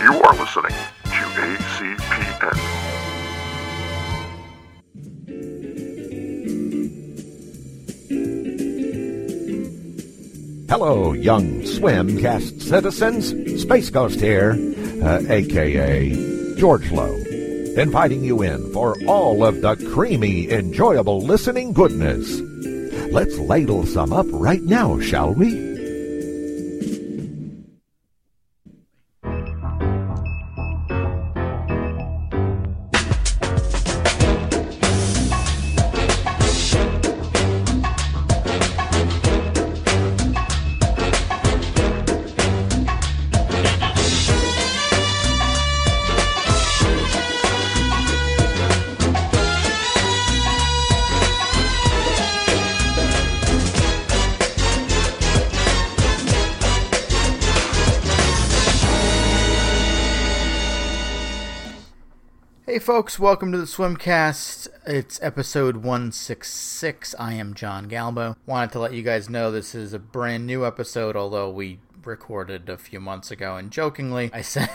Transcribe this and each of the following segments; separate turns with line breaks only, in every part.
You are listening to ACPN.
Hello, young swimcast citizens. Space Ghost here, uh, aka George Lowe, inviting you in for all of the creamy, enjoyable listening goodness. Let's ladle some up right now, shall we?
Hey folks, welcome to the Swimcast. It's episode 166. I am John Galbo. Wanted to let you guys know this is a brand new episode, although we recorded a few months ago and jokingly I said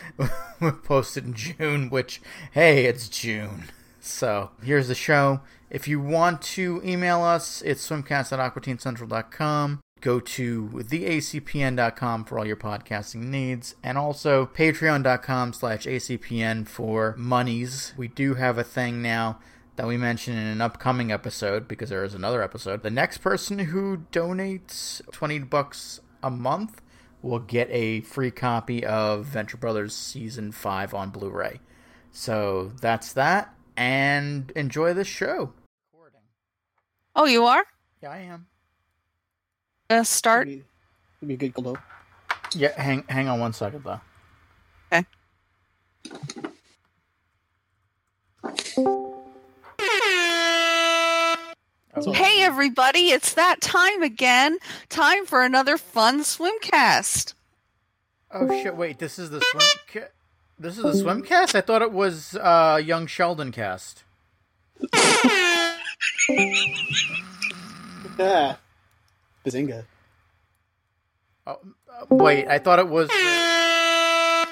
we posted in June, which hey, it's June. So here's the show. If you want to email us, it's swimcast at aquatinecentral.com. Go to theacpn.com for all your podcasting needs, and also patreon.com slash acpn for monies. We do have a thing now that we mention in an upcoming episode because there is another episode. The next person who donates 20 bucks a month will get a free copy of Venture Brothers Season 5 on Blu ray. So that's that, and enjoy this show.
Oh, you are?
Yeah, I am.
Uh, start.
Give me, give me a good glow.
Yeah, hang hang on one second though.
Okay.
Oh,
Hey, everybody, it's that time again. Time for another fun swimcast.
oh shit! Wait, this is the swim. Ca- this is the swim cast. I thought it was uh, Young Sheldon cast.
Ah, Bazinga.
Oh, uh, wait, I thought it was. I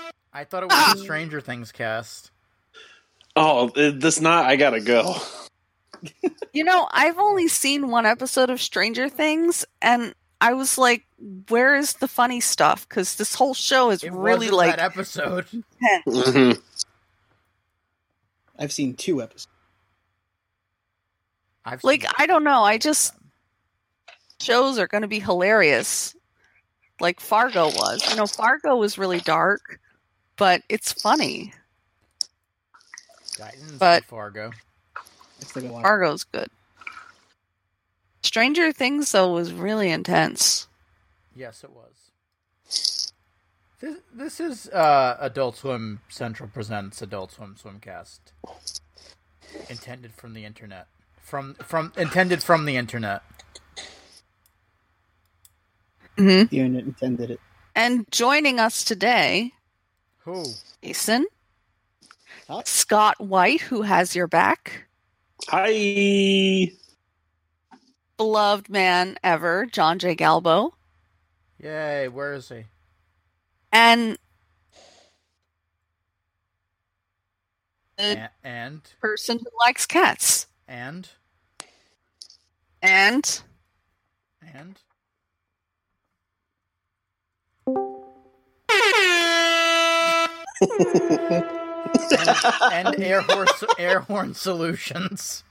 thought it was the Stranger Things cast.
Oh, it- this night I gotta go.
You know, I've only seen one episode of Stranger Things, and I was like, where is the funny stuff? Because this whole show is
It
really
wasn't
like.
that episode.
Mhm.
I've seen two episodes.
I've seen
Like,
it.
I don't know. I just. Shows are going to be hilarious. Like Fargo was. You know, Fargo was really dark, but it's funny.
Titans and
but-
Fargo.
I still gotta watch.
Fargo's good. Stranger Things though was really intense.
Yes, it was. This this is uh, Adult Swim Central presents Adult Swim Swimcast, intended from the internet, from from intended from the internet.
Mm-hmm.
The internet intended it.
And joining us today,
Who?
Jason,
Huh?
Scott White, who has your back,
Hi.
beloved man ever, John J. Galbo,
Yay! Where is he?
and the
A- and
person who likes cats,
and
and
and and, and air horse air horn solutions.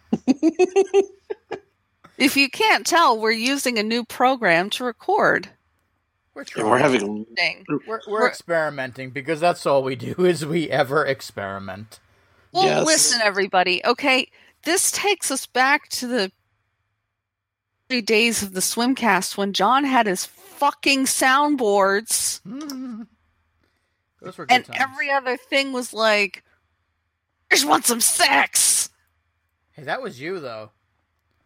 if you can't tell, we're using a new program to record.
We're
And we're
trying.
having
Thing.
We're, we're
we're-
experimenting because that's all we do is we ever experiment.
Well,
Yes.
listen, everybody. Okay, this takes us back to the early days of the swimcast when John had his fucking soundboards,
Those were good
and
times.
every other thing was like, "I just want some sex."
Hey, that was you though.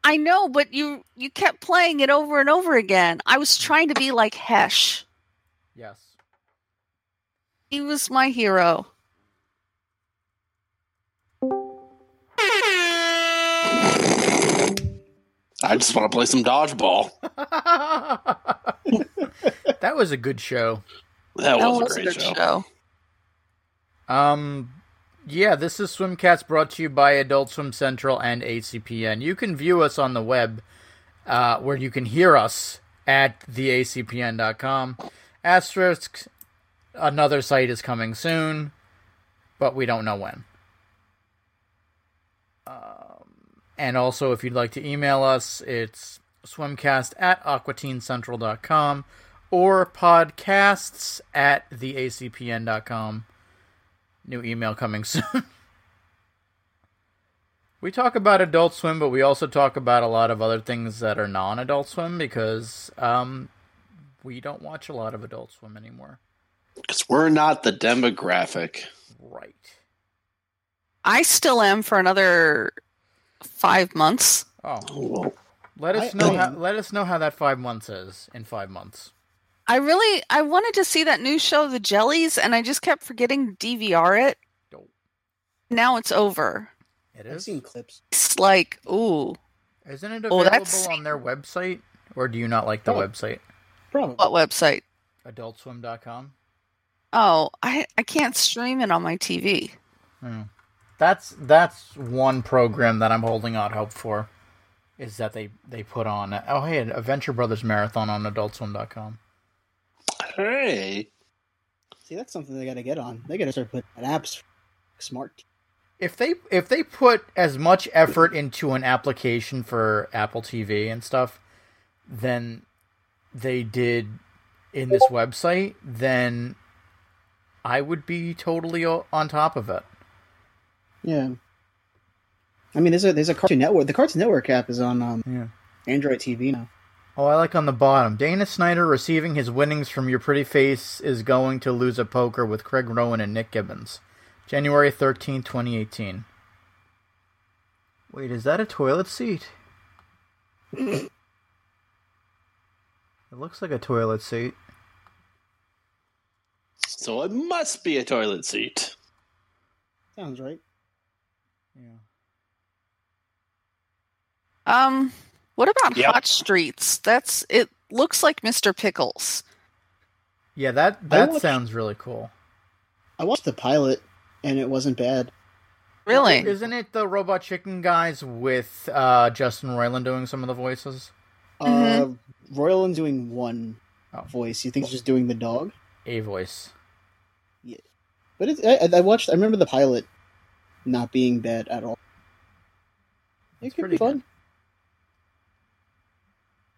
I know, but you you kept playing it over and over again. I was trying to be like Hesh.
Yes.
He was my hero.
I just want to play some dodgeball.
that was a good show.
That, was,
that was
a
a
great
good
show.
show.
Um, yeah, this is Swimcast brought to you by Adult Swim Central and ACPN. You can view us on the web, uh, where you can hear us at theacpn.com. Asterisk, another site is coming soon, but we don't know when. Um, and also, if you'd like to email us, it's swimcast at aquatinecentral.com or podcasts at theacpn.com. New email coming soon. we talk about Adult Swim, but we also talk about a lot of other things that are non Adult Swim because um, we don't watch a lot of Adult Swim anymore.
Because we're not the demographic.
Right.
I still am for another five months.
Oh,
Well,
let us
I-
know.
I-
how, let us know how that five months is in five months.
I really I wanted to see that new show, The Jellies, and I just kept forgetting to DVR it.
Dope.
Now it's over.
It
I've
is.
seen clips.
It's like, ooh,
Isn't it
Oh,
available
that's
on their website, or do you not like the
Oh.
website?
Probably.
what website?
AdultSwim.com.
Oh, I I can't stream it on my TV.
That's that's one program that I'm holding out hope for, is that they they put on oh hey a Venture Brothers marathon on AdultSwim.com.
hey.
See, that's something they got to get on. They got to start putting apps. Smart.
If they if they put as much effort into an application for Apple TV and stuff, then they did in this website, then I would be totally o- on top of it.
Yeah. I mean, there's a there's a Cartoon Network. The Cartoon Network app is on um,
Yeah.
Android TV now.
Oh, I like on the bottom. Dana Snyder receiving his winnings from Your Pretty Face is going to lose a poker with Craig Rowan and Nick Gibbons. January 13, 2018. Wait, is that a toilet seat? it looks like a toilet seat.
So it must be a toilet seat.
Sounds right.
Yeah.
Um, what about
Yep.
Hot Streets? That's it looks like Mr. Pickles.
Yeah, that that
watched-
sounds really cool.
I watched the pilot, and it wasn't bad.
Really?
Isn't it the Robot Chicken guys with uh, Justin Roiland doing some of the voices?
Uh, Royland doing one
Oh.
voice. You think he's just doing the dog?
A voice.
But it's I, I- I watched. I remember the pilot not being bad at all. It
It's
could
pretty
be fun.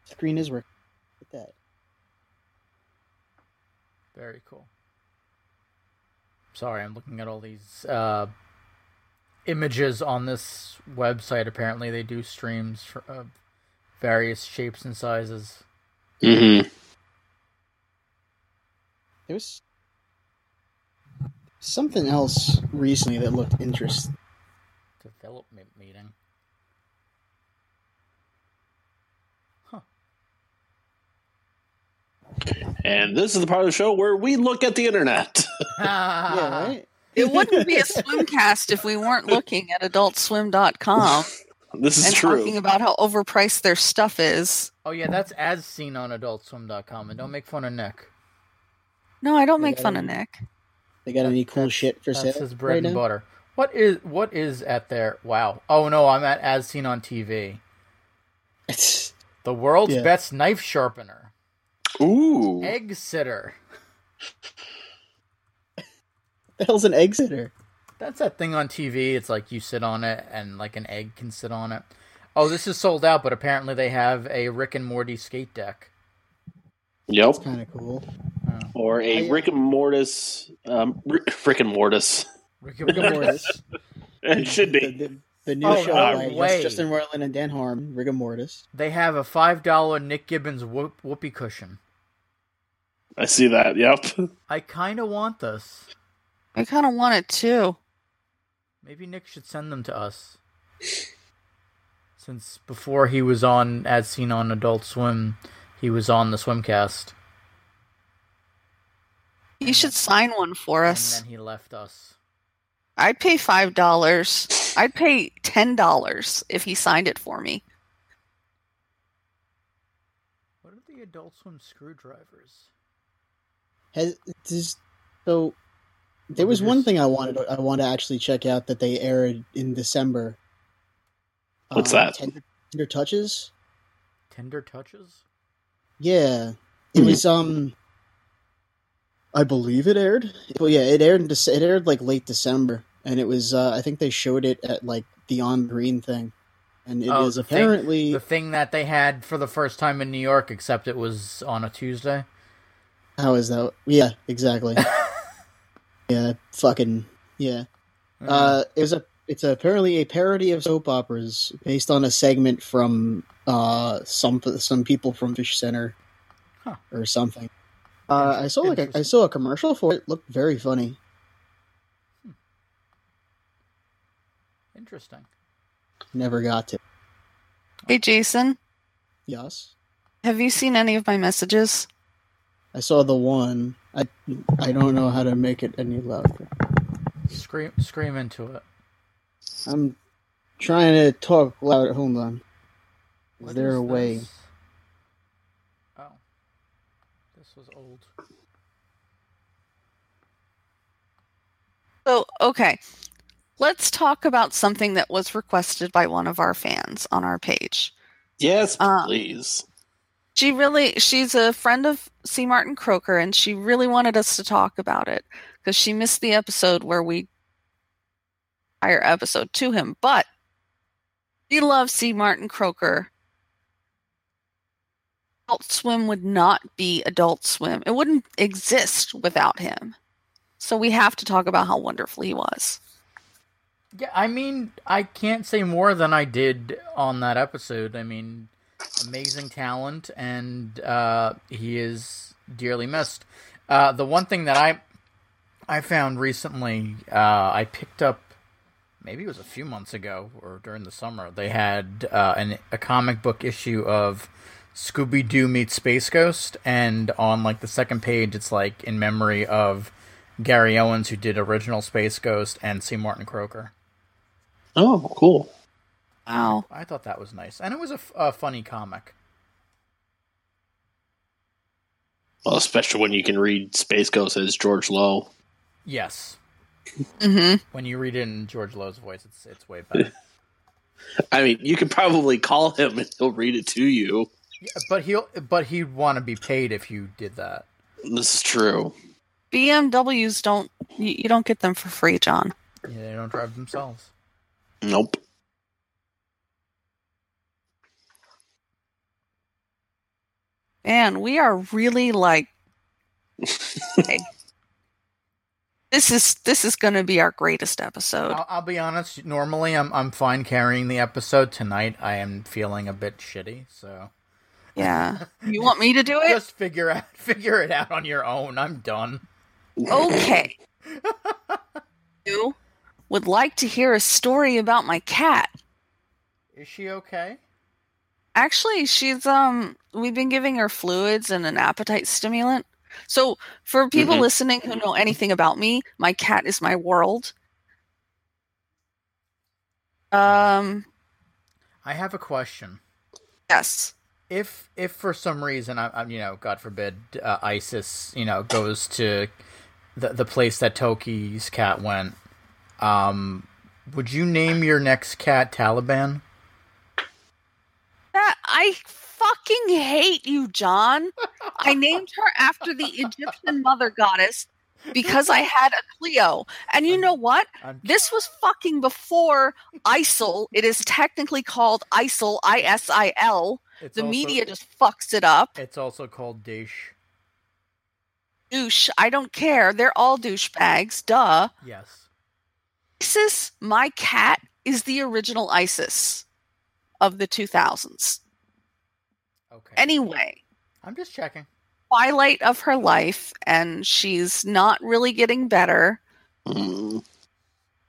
Screen is working. Look at that.
Very cool. Sorry, I'm looking at all these uh, images on this website. Apparently, they do streams for, of various shapes and sizes.
Mm-hmm.
There was something else recently that looked interesting.
Development meeting.
And this is the part of the show where we look at the internet.
Ah.
Yeah, right.
It wouldn't be a swimcast if we weren't looking at adultswim.com
This is
and
true.
talking about how overpriced their stuff is.
Oh yeah, that's as seen on AdultSwim.com, and don't make fun of Nick.
No, I don't make
Yeah.
fun of Nick.
They got any cool shit for
That's
sale
his bread
right
and
now?
butter. What is what is at there? Wow. Oh no, I'm at as seen on TV. The world's
Yeah.
best knife sharpener,
Ooh.
egg sitter.
the hell's an egg sitter?
That's that thing on TV. It's like you sit on it, and like an egg can sit on it. Oh, this is sold out, but apparently they have a Rick and Morty skate deck.
Yep.
Kind of cool.
Or a
I-
Rick and Mortis. Um, R- Rick and Mortis.
Rick and
Rick and
Morty.
Mortis.
It should
The,
be.
the, the new
Oh,
show
no
by
way.
Justin Roiland and Dan Harmon, Rigor Mortis.
they have a five dollar Nick Gibbons whoop, whoopee cushion.
I see that. Yep.
I kind of want this.
I kind of want it too.
Maybe Nick should send them to us. Since before he was on, as seen on Adult Swim, he was on the Swimcast,
You should sign one for
and
us.
then he left us.
I'd pay five dollars. I'd pay ten dollars if he signed it for me.
What are the Adult Swim screwdrivers?
Has this so There was
Yes.
one thing I wanted. I want to actually check out that they aired in December. Um,
What's that?
Tender, Tender touches.
Tender touches.
Yeah, it
Mhm.
was. Um, I believe it aired. Well, yeah, it aired. In Dece- it aired like late December, and it was. Uh, I think they showed it at like the on green thing, and it is
Oh, the thing-
apparently
The thing that they had for the first time in New York, except it was on a Tuesday.
how is that? Yeah, exactly. yeah, fucking yeah.
Uh-huh.
Uh, it was a. It's apparently a parody of soap operas based on a segment from uh, some some people from Fish Center,
Huh.
or something. Uh, I saw like a, I
Interesting.
saw a commercial for it. Looked very funny.
Interesting.
Never got to.
Hey, Jason,
Yes,
have you seen any of my messages?
I saw the one. I I don't know how to make it any louder.
Scream, scream into it.
I'm trying to talk louder. Hold on. Is
What
there a way?
this? Oh, this was old.
So, Oh, okay, let's talk about something that was requested by one of our fans on our page.
Yes,
Uh,
please.
She really, she's a friend of C. Martin Croker, and she really wanted us to talk about it because she missed the episode where we hire episode to him. But she loves C. Martin Croker. Adult Swim would not be Adult Swim. It wouldn't exist without him. So we have to talk about how wonderful he was.
Yeah, I mean, I can't say more than I did on that episode. I mean, amazing talent, and uh, he is dearly missed. Uh, the one thing that I I found recently, uh, I picked up maybe it was a few months ago or during the summer. They had uh, an, a comic book issue of Scooby Doo meets Space Ghost, and on like the second page, it's like in memory of Gary Owens, who did original Space Ghost, and C. Martin Croker.
Oh, cool.
Wow.
I thought that was nice, and it was a, f- a funny comic.
Well, especially when you can read Space Ghost as George Lowe.
Yes,
hmm
when you read it in George Lowe's voice, it's it's way better.
I mean, you could probably call him and he'll read it to you.
yeah, but he'll but he'd want to be paid if you did that.
This is true.
BMWs don't, you, you don't get them for free, John.
Yeah, they don't drive themselves.
Nope.
Man, we are really like Okay. this is this is going to be our greatest episode.
I'll, I'll be honest. Normally, I'm I'm fine carrying the episode. Tonight, I am feeling a bit shitty. So
Yeah, you want me to do it?
just figure out figure it out on your own. I'm done.
Okay. You would like to hear a story about my cat?
Is she okay?
Actually, she's um. We've been giving her fluids and an appetite stimulant. So, for people
Mhm.
listening who know anything about me, my cat is my world. Um.
I have a question.
Yes.
if if for some reason I, I'm you know God forbid uh, ISIS you know goes to the the place that Toki's cat went, um, would you name your next cat Taliban?
That I fucking hate you, John. I named her after the Egyptian mother goddess because I had a Cleo. And you know what?
I'm,
This was fucking before ISIL. It is technically called ISIL, I S I L.
it's
The
also-
media just fucks it up.
It's also called Daish.
Douche. I don't care. They're all douchebags. Duh.
Yes.
ISIS, my cat, is the original ISIS of the 2000s.
Okay.
Anyway.
I'm just checking.
twilight of her life and she's not really getting better.
Mm.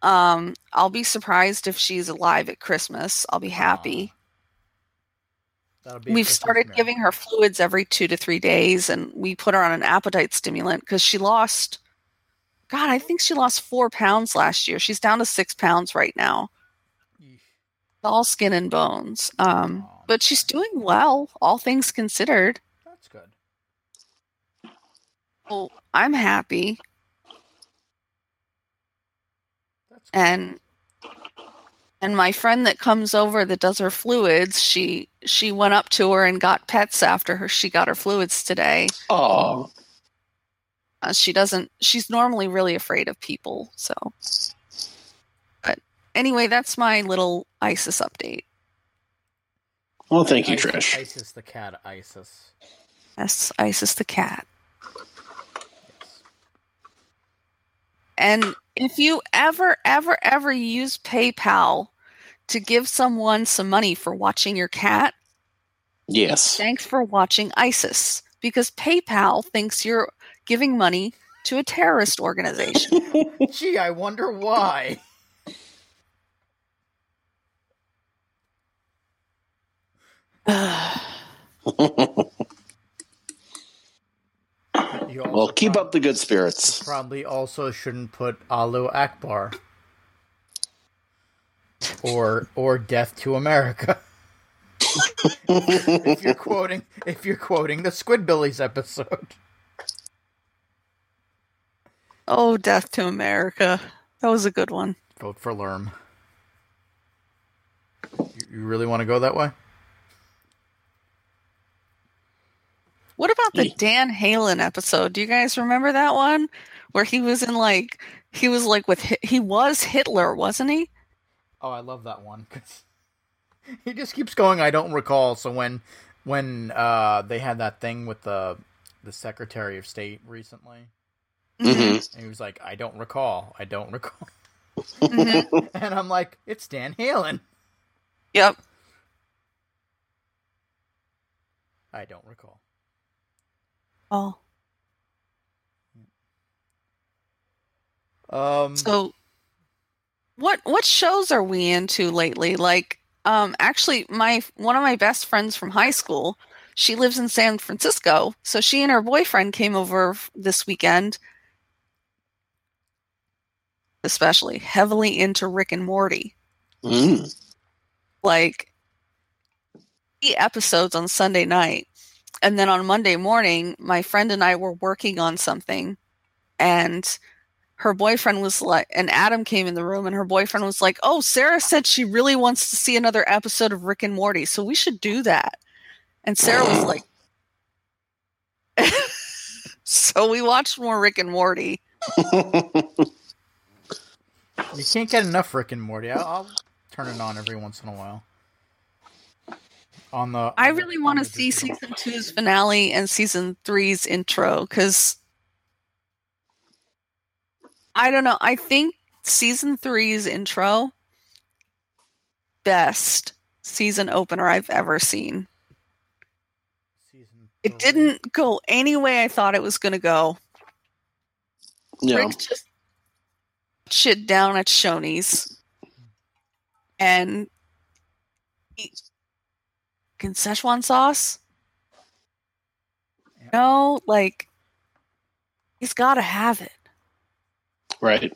Um, I'll be surprised if she's alive at Christmas. I'll be happy.
Aw. Um, That'll be a
We've
Christmas
started
miracle.
giving her fluids every two to three days, and we put her on an appetite stimulant because she lost, God, I think she lost four pounds last year. She's down to six pounds right now,
Yeesh.
all skin and bones. Um,
Aw,
but she's
man.
doing well, all things considered.
That's good.
Well, I'm happy.
That's
and and my friend that comes over that does her fluids she she went up to her and got pets after her she got her fluids today
Oh,
uh, she doesn't she's normally really afraid of people so but anyway that's my little isis update
well, thank you,
Isis-
Trish.
Isis the cat, Isis.
that's isis the cat
Yes.
And if you ever, ever, ever use PayPal to give someone some money for watching your cat,
Yes.
thanks for watching ISIS because PayPal thinks you're giving money to a terrorist organization.
Gee, I wonder why. You also
well, keep
prob-
up the good
you
spirits.
Probably also shouldn't put Alu Akbar or or Death to America. if you're quoting if you're quoting the Squidbillies episode.
oh, death to America. That was a good one.
Vote for Lerm. You, you really want to go that way?
What about the
Yeah.
Dan Halen episode? Do you guys remember that one where he was in like, he was like with, Hi- he was Hitler, wasn't he?
Oh, I love that one 'cause he just keeps going. I don't recall. So when when uh, they had that thing with the the Secretary of State recently,
Mhm.
and he was like, "I don't recall. I don't recall,"
Mhm.
and I'm like, "It's Dan Halen."
Yep.
I don't recall.
Oh.
Um,
So what what shows are we into lately? Like um actually my one of my best friends from high school, she lives in San Francisco, so she and her boyfriend came over f- this weekend. Especially heavily into Rick and Morty.
Mm.
Like the episodes on Sunday night. And then on Monday morning, my friend and I were working on something and her boyfriend was like and adam came in the room and her boyfriend was like oh sarah said she really wants to see another episode of rick and morty so we should do that and sarah was like so we watched more rick and morty
you can't get enough Rick and Morty. I'll, I'll turn it on every once in a while. On the
i
on the-
really want
on
to
the
see
digital.
season two's finale and season three's intro because i don't know i think season three's intro best season opener i've ever seen
Season
It
three.
didn't go any way I thought it was going to go.
Yeah.
Rick just shit down at Shoney's, and he, can Szechuan sauce?
Yeah.
No, like he's got to have it.
Right.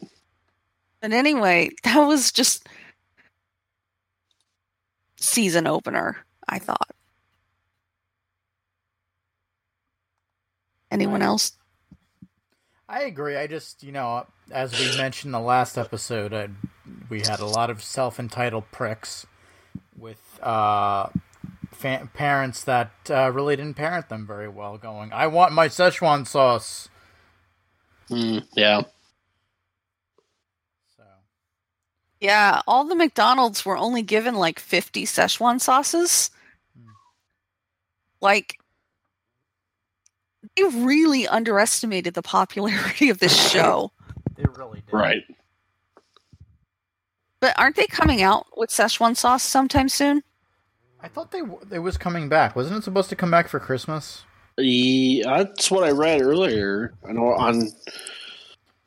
But anyway, that was just season opener. I thought. Anyone
Right.
else?
I agree. I just, you know, as we mentioned the last episode, I, we had a lot of self entitled pricks with uh, fa- parents that uh, really didn't parent them very well. Going, I want my Szechuan sauce.
Mm. Yeah.
So
Yeah, all the McDonald's were only given like 50 Szechuan sauces.
Hmm.
Like, they really underestimated the popularity of this show.
they really did.
Right.
But aren't they coming out with Szechuan sauce sometime soon?
I thought they w- they was coming back. Wasn't it supposed to come back for Christmas?
Yeah, that's what I read earlier. I know on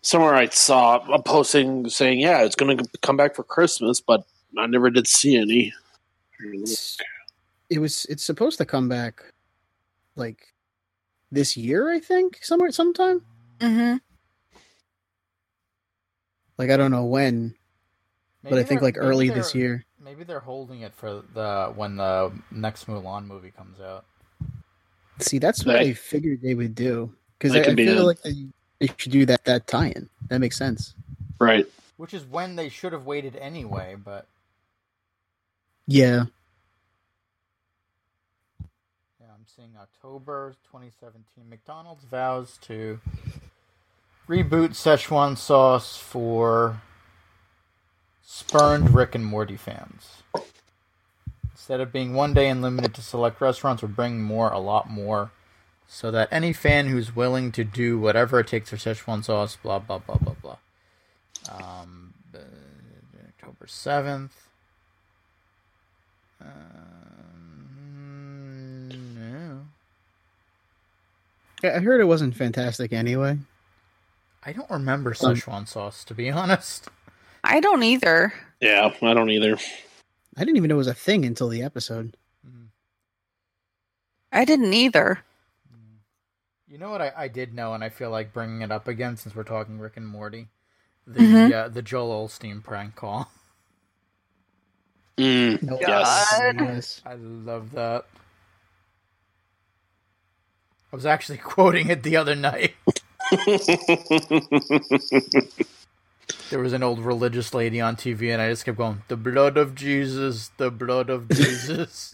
somewhere I saw a posting saying, "Yeah, it's going to come back for Christmas," but I never did see any.
It's- it was it's supposed to come back like this year i think somewhere sometime
Mm-hmm.
like i don't know when but i
Maybe
think
they're-
like
maybe
early
they're-
this year
Maybe they're holding it for the when the next Mulan movie comes out.
see that's what
That-
i figured they would do because
That
i, I
could be
feel
a-
like they, they should do that that tie-in that makes sense
Right.
which is when they should have waited anyway. But
Yeah.
yeah, I'm seeing October 2017. McDonald's vows to reboot Szechuan sauce for spurned Rick and Morty fans. Instead of being one day and limited to select restaurants, we're bringing more, a lot more, so that any fan who's willing to do whatever it takes for Szechuan sauce, blah blah blah blah blah. Um, uh, October seventh. Um, no.
I I heard it wasn't fantastic anyway.
I don't remember Szechuan sauce to be honest.
I don't either.
Yeah, I don't either.
I didn't even know it was a thing until the episode.
I didn't either.
You know what I, I did know, and I feel like bringing it up again since we're talking Rick and Morty, the
Mhm.
uh, the Joel Olstein prank call.
Mm.
No,
Yes.
Yes.
I love that. I was actually quoting it the other night. There was an old religious lady on TV, and I just kept going, "The blood of Jesus, the blood of Jesus."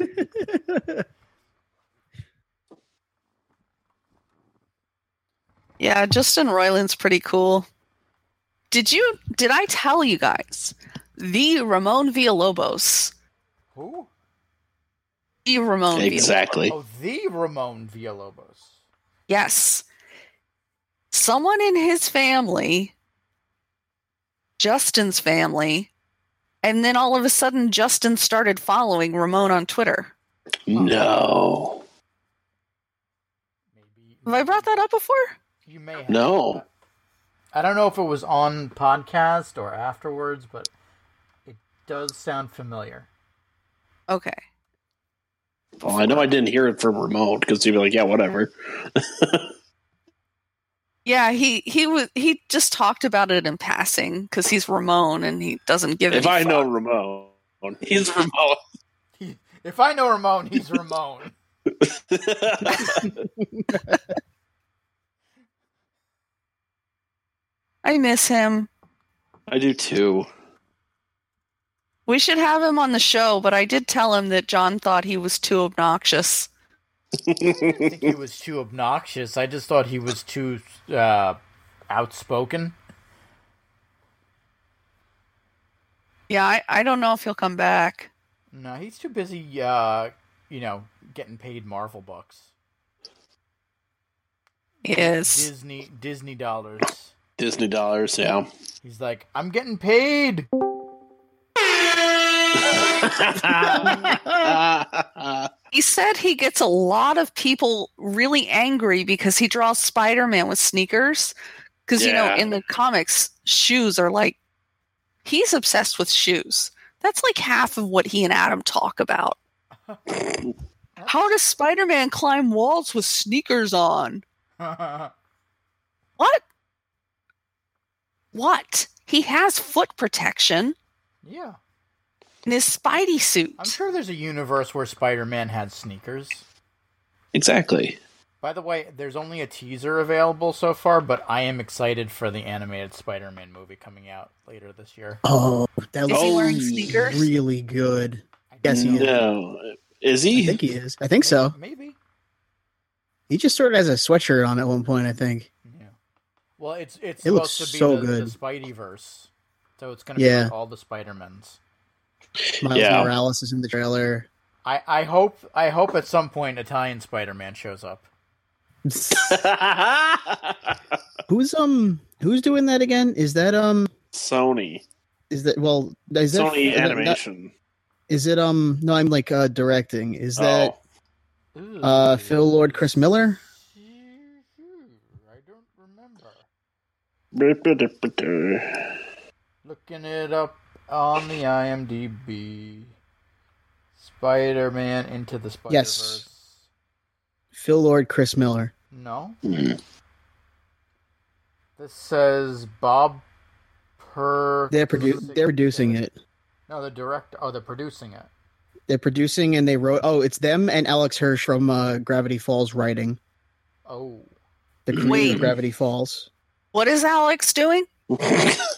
Yeah, Justin Roiland's pretty cool. Did you did I tell you guys the Ramon Villalobos?
Who?
The Ramon Villalobos.
exactly.
Oh, the Ramon Villalobos.
Yes. Someone in his family, Justin's family, and then all of a sudden Justin started following Ramon on Twitter.
No.
Maybe
Have I brought that up before?
You may have.
No.
I don't know if it was on podcast or afterwards, but it does sound familiar.
Okay.
Well, Oh, I know I didn't hear it from remote because he'd be like, yeah, whatever.
Yeah, he he was he just talked about it in passing because he's Ramon and he doesn't give.
If
any
I know
fuck.
Ramon, he's remote.
If I know Ramon, he's Ramon.
I miss him.
I do too.
We should have him on the show, but I did tell him that John thought he was too obnoxious.
I think he was too obnoxious. I just thought he was too uh, outspoken.
Yeah, I, I don't know if he'll come back.
No, he's too busy, uh, you know, getting paid Marvel bucks.
He is.
Disney Disney dollars.
Disney dollars, yeah.
He's like, I'm getting paid.
He said he gets a lot of people really angry because he draws Spider Man with sneakers. Because, you know,
Yeah.
in the comics, shoes are like, he's obsessed with shoes. That's like half of what he and Adam talk about. How does Spider Man climb walls with sneakers on? What? What? He has foot protection
yeah,
in his Spidey suit.
I'm sure there's a universe where Spider-Man had sneakers.
exactly.
By the way, there's only a teaser available so far, but I am excited for the animated Spider-Man movie coming out later this year.
Oh, that
Is
looks
he
wearing sneakers?
really good. Yes, he is.
No. Is
I
he?
think he is. I think so.
Maybe.
He just sort of has a sweatshirt on at one point, I think.
Yeah. Well, it's it's
It looks
supposed to be
so
the,
good.
the Spideyverse, so it's gonna be
Yeah.
like all the Spider-Mans.
Miles
Yeah.
Morales is in the trailer.
I, I hope I hope at some point Italian Spider-Man shows up.
Who's um who's doing that again? Is that um
Sony.
is that well is that
Sony
that- that-
Animation.
is it um no I'm like uh directing. Is
Oh.
that
Ooh.
uh Phil Lord Chris Miller?
I don't remember.
Oh.
Looking it up on the IMDb. Spider-Man into the Spider-Verse.
Yes. Phil Lord Chris Miller.
No.
Mm.
This says Bob Per.
They're produ- they're producing it.
No, the director. Oh, they're producing it.
They're producing and they wrote oh, it's them and Alex Hirsch from uh Gravity Falls writing.
Oh,
The creator
Wait.
of Gravity Falls.
What is Alex doing?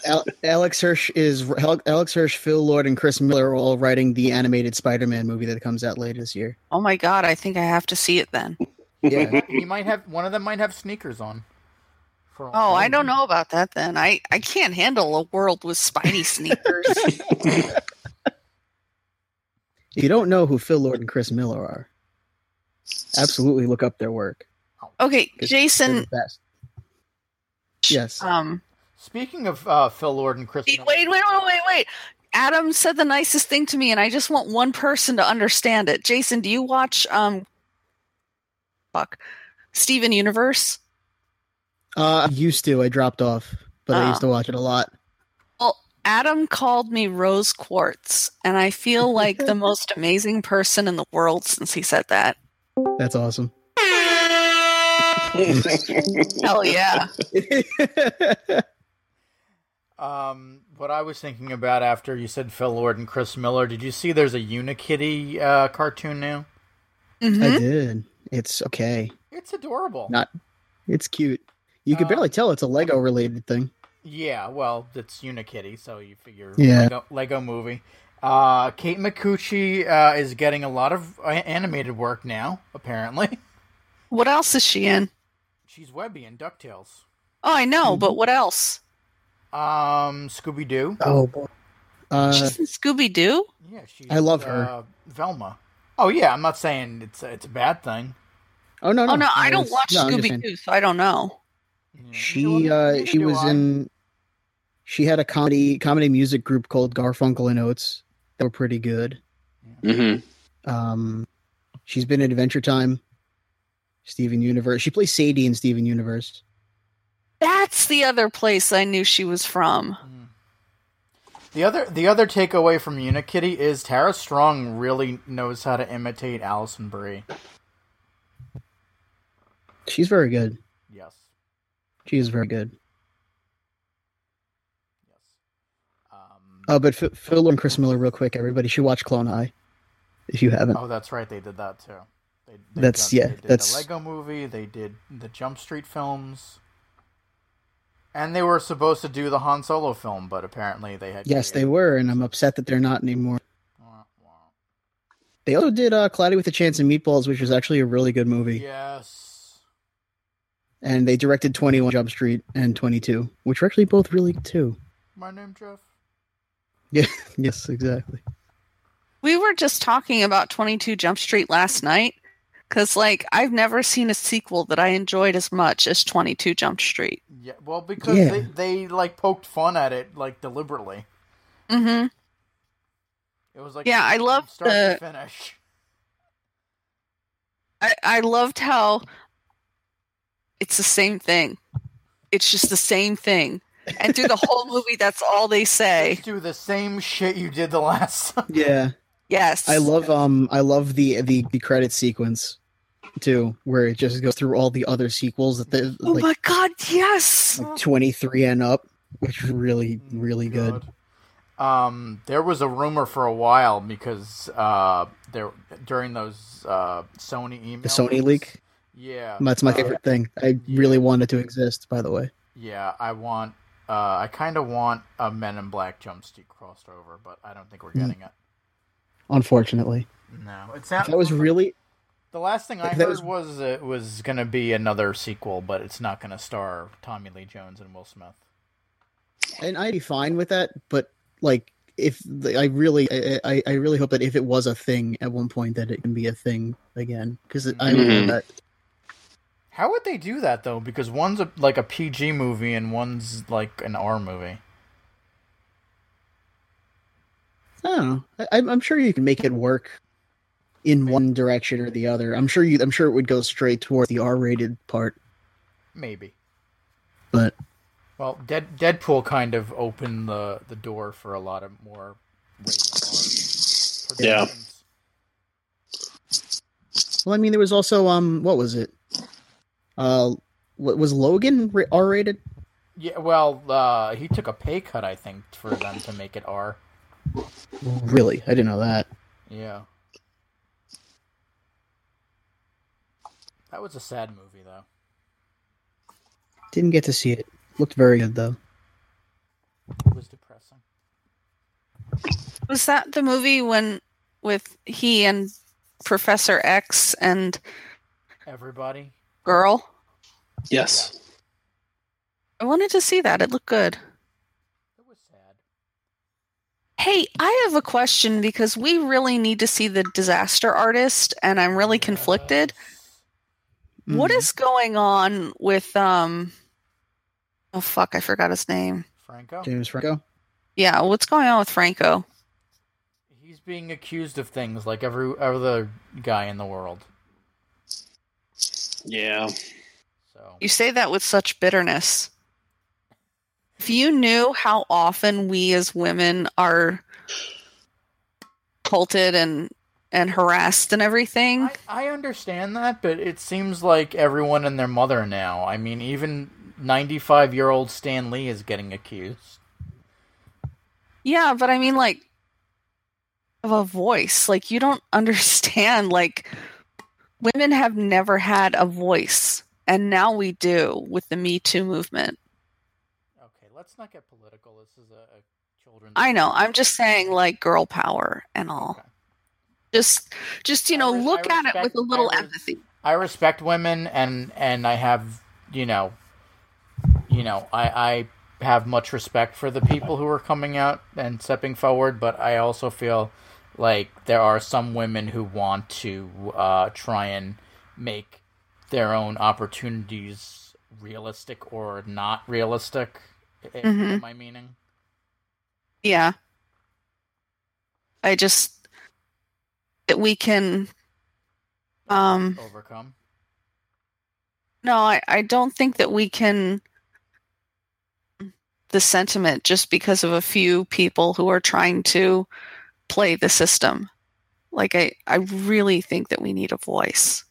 Al- Alex Hirsch is Alex Hirsch, Phil Lord, and Chris Miller are all writing the animated Spider-Man movie that comes out later this year.
Oh my god, I think I have to see it then.
Yeah,
He might have one of them might have sneakers on. For all
Oh, I don't know about that then. I I can't handle a world with Spidey sneakers.
if you don't know who Phil Lord and Chris Miller are, absolutely look up their work.
okay,
'cause they're
Jason.
the best. Yes.
Um,
Speaking of uh, Phil Lord and Chris.
wait,
Miller-
wait, wait, wait, wait. Adam said the nicest thing to me, and I just want one person to understand it. Jason, do you watch um, fuck, Steven Universe?
Uh, I used to. I dropped off, but I
Uh.
used to watch it a lot.
Well, Adam called me Rose Quartz, and I feel like the most amazing person in the world since he said that.
That's awesome.
Hell yeah.
Um, what I was thinking about after you said Phil Lord and Chris Miller, did you see there's a Unikitty uh, cartoon now?
I
Mhm.
did. It's okay.
It's adorable.
Not- It's cute. You could
Uh,
barely tell it's a Lego related thing.
Yeah, well, it's Unikitty, so you figure
Yeah.
Lego, Lego movie. Uh, Kate Micucci uh, is getting a lot of a- animated work now, apparently.
What else is she in?
She's Webby in DuckTales.
Oh, I know,
Mm-hmm.
but what else?
Um, Scooby Doo.
Oh boy. Uh,
She's in Scooby Doo?
Yeah, she's.
I love her.
Uh, Velma. Oh yeah, I'm not saying it's it's a bad thing.
oh no! no
Oh, no, I don't
it's-
watch
no, I'm just
Scooby
saying.
Doo, so I don't know.
Yeah.
She uh, she
Do
was
I?
in. She had a comedy comedy music group called Garfunkel and Oates that were pretty good.
Mhm.
Um, she's been in Adventure Time, Steven Universe. She plays Sadie in Steven Universe.
That's the other place I knew she was from.
Hmm. The other the other takeaway from Unikitty is Tara Strong really knows how to imitate Allison Brie.
She's very good.
Yes.
She is very good.
Yes. Um,
Uh, but Phil, Phil and Chris Miller, real quick, everybody should watch Clone High if you haven't.
oh, that's right. They did that too. They, they've
That's- yeah,
They did
that's-
the Lego movie. They did the Jump Street films. And they were supposed to do the Han Solo film, but apparently they had.
Yes, they were, and I'm upset that they're not anymore.
Wah, wah.
They also did uh, Cloudy with a Chance of Meatballs, which was actually a really good movie.
Yes.
And they directed 21 Jump Street and 22, which were actually both really good too.
My name Jeff.
Yeah, yes, exactly.
We were just talking about 22 Jump Street last night because, like, I've never seen a sequel that I enjoyed as much as 22 Jump Street.
Yeah. Well, because
Yeah.
they, they like poked fun at it like deliberately.
Mm-hmm.
It was like
Yeah, I
from
love
start
the-
to finish.
I, I loved how it's the same thing. It's just the same thing. And through the whole movie, that's all they say.
Just do the same shit you did the last time.
Yeah,
Yes.
I love um, I love the the, the credit sequence too, where it just goes through all the other sequels that they
Oh
like,
my God, yes.
like 23 and up, which is really really good.
Oh God. Mm, Um, there was a rumor for a while because uh, there during those uh, Sony email
The Sony
leaks-
leak,
Yeah,
that's my
uh,
favorite thing. I really want it to exist, by the way.
Yeah, I want. Uh, I kind of want a Men in Black jump street crossed over, but I don't think we're
Mm.
getting it.
Unfortunately,
No, it
if
sounds.
that was really
The last thing I
that
heard was
was-
was it was gonna be another sequel, but it's not gonna star Tommy Lee Jones and Will Smith.
and I'd be fine with that. But like, if the, I really, I, I, I really hope that if it was a thing at one point, that it can be a thing again because I would love
Mhm.
that.
How would they do that though? Because one's a, like a PG movie and one's like an R movie.
I don't know. I, I'm- I'm sure you can make it work in one direction or the other. I'm sure you. I'm sure it would go straight towards the R-rated part.
Maybe.
But
Well, Dead, Deadpool kind of opened the, the door for a lot of more rated R productions.
Yeah.
well, I mean, there was also um, what was it? Uh, what was Logan ra- R-rated?
Yeah, well, uh, he took a pay cut, I think, for them to make it R.
Really, I didn't know that.
Yeah. That was a sad movie, though.
Didn't get to see it. Looked very good though.
was depressing.
Was that the movie when with he and Professor X and
Everybody.
girl?
Yes.
I wanted to see that. It looked good.
It was sad.
Hey, I have a question because we really need to see the disaster artist and I'm really
Uh,
conflicted.
Yes.
What is going on with um Oh fuck, I forgot his name.
Franco?
James Franco?
Yeah, what's going on with Franco?
He's being accused of things like every other guy in the world.
Yeah.
So
You say that with such bitterness. If you knew how often we as women are culted and and harassed and everything,
I, I understand that, but it seems like everyone and their mother now. I mean, even 95 year old Stan Lee is getting accused.
yeah, but I mean like of a voice. Like you don't understand like women have never had a voice and now we do with the Me Too movement.
Okay, let's not get political. This is a, a children's.
I know. I'm just saying like girl power and all.
Okay.
Just just you
I
know,
res- I
look at it
respect-
with a little
I res-
empathy.
I respect women, and and I have you know, you know, I I have much respect for the people who are coming out and stepping forward, but I also feel like there are some women who want to uh, try and make their own opportunities realistic or not realistic. i-
Mhm.
Am I meaning?
Yeah. I just that we can um
Overcome.
no, I, I don't think that we can the sentiment just because of a few people who are trying to play the system. Like I, I really think that we need a voice.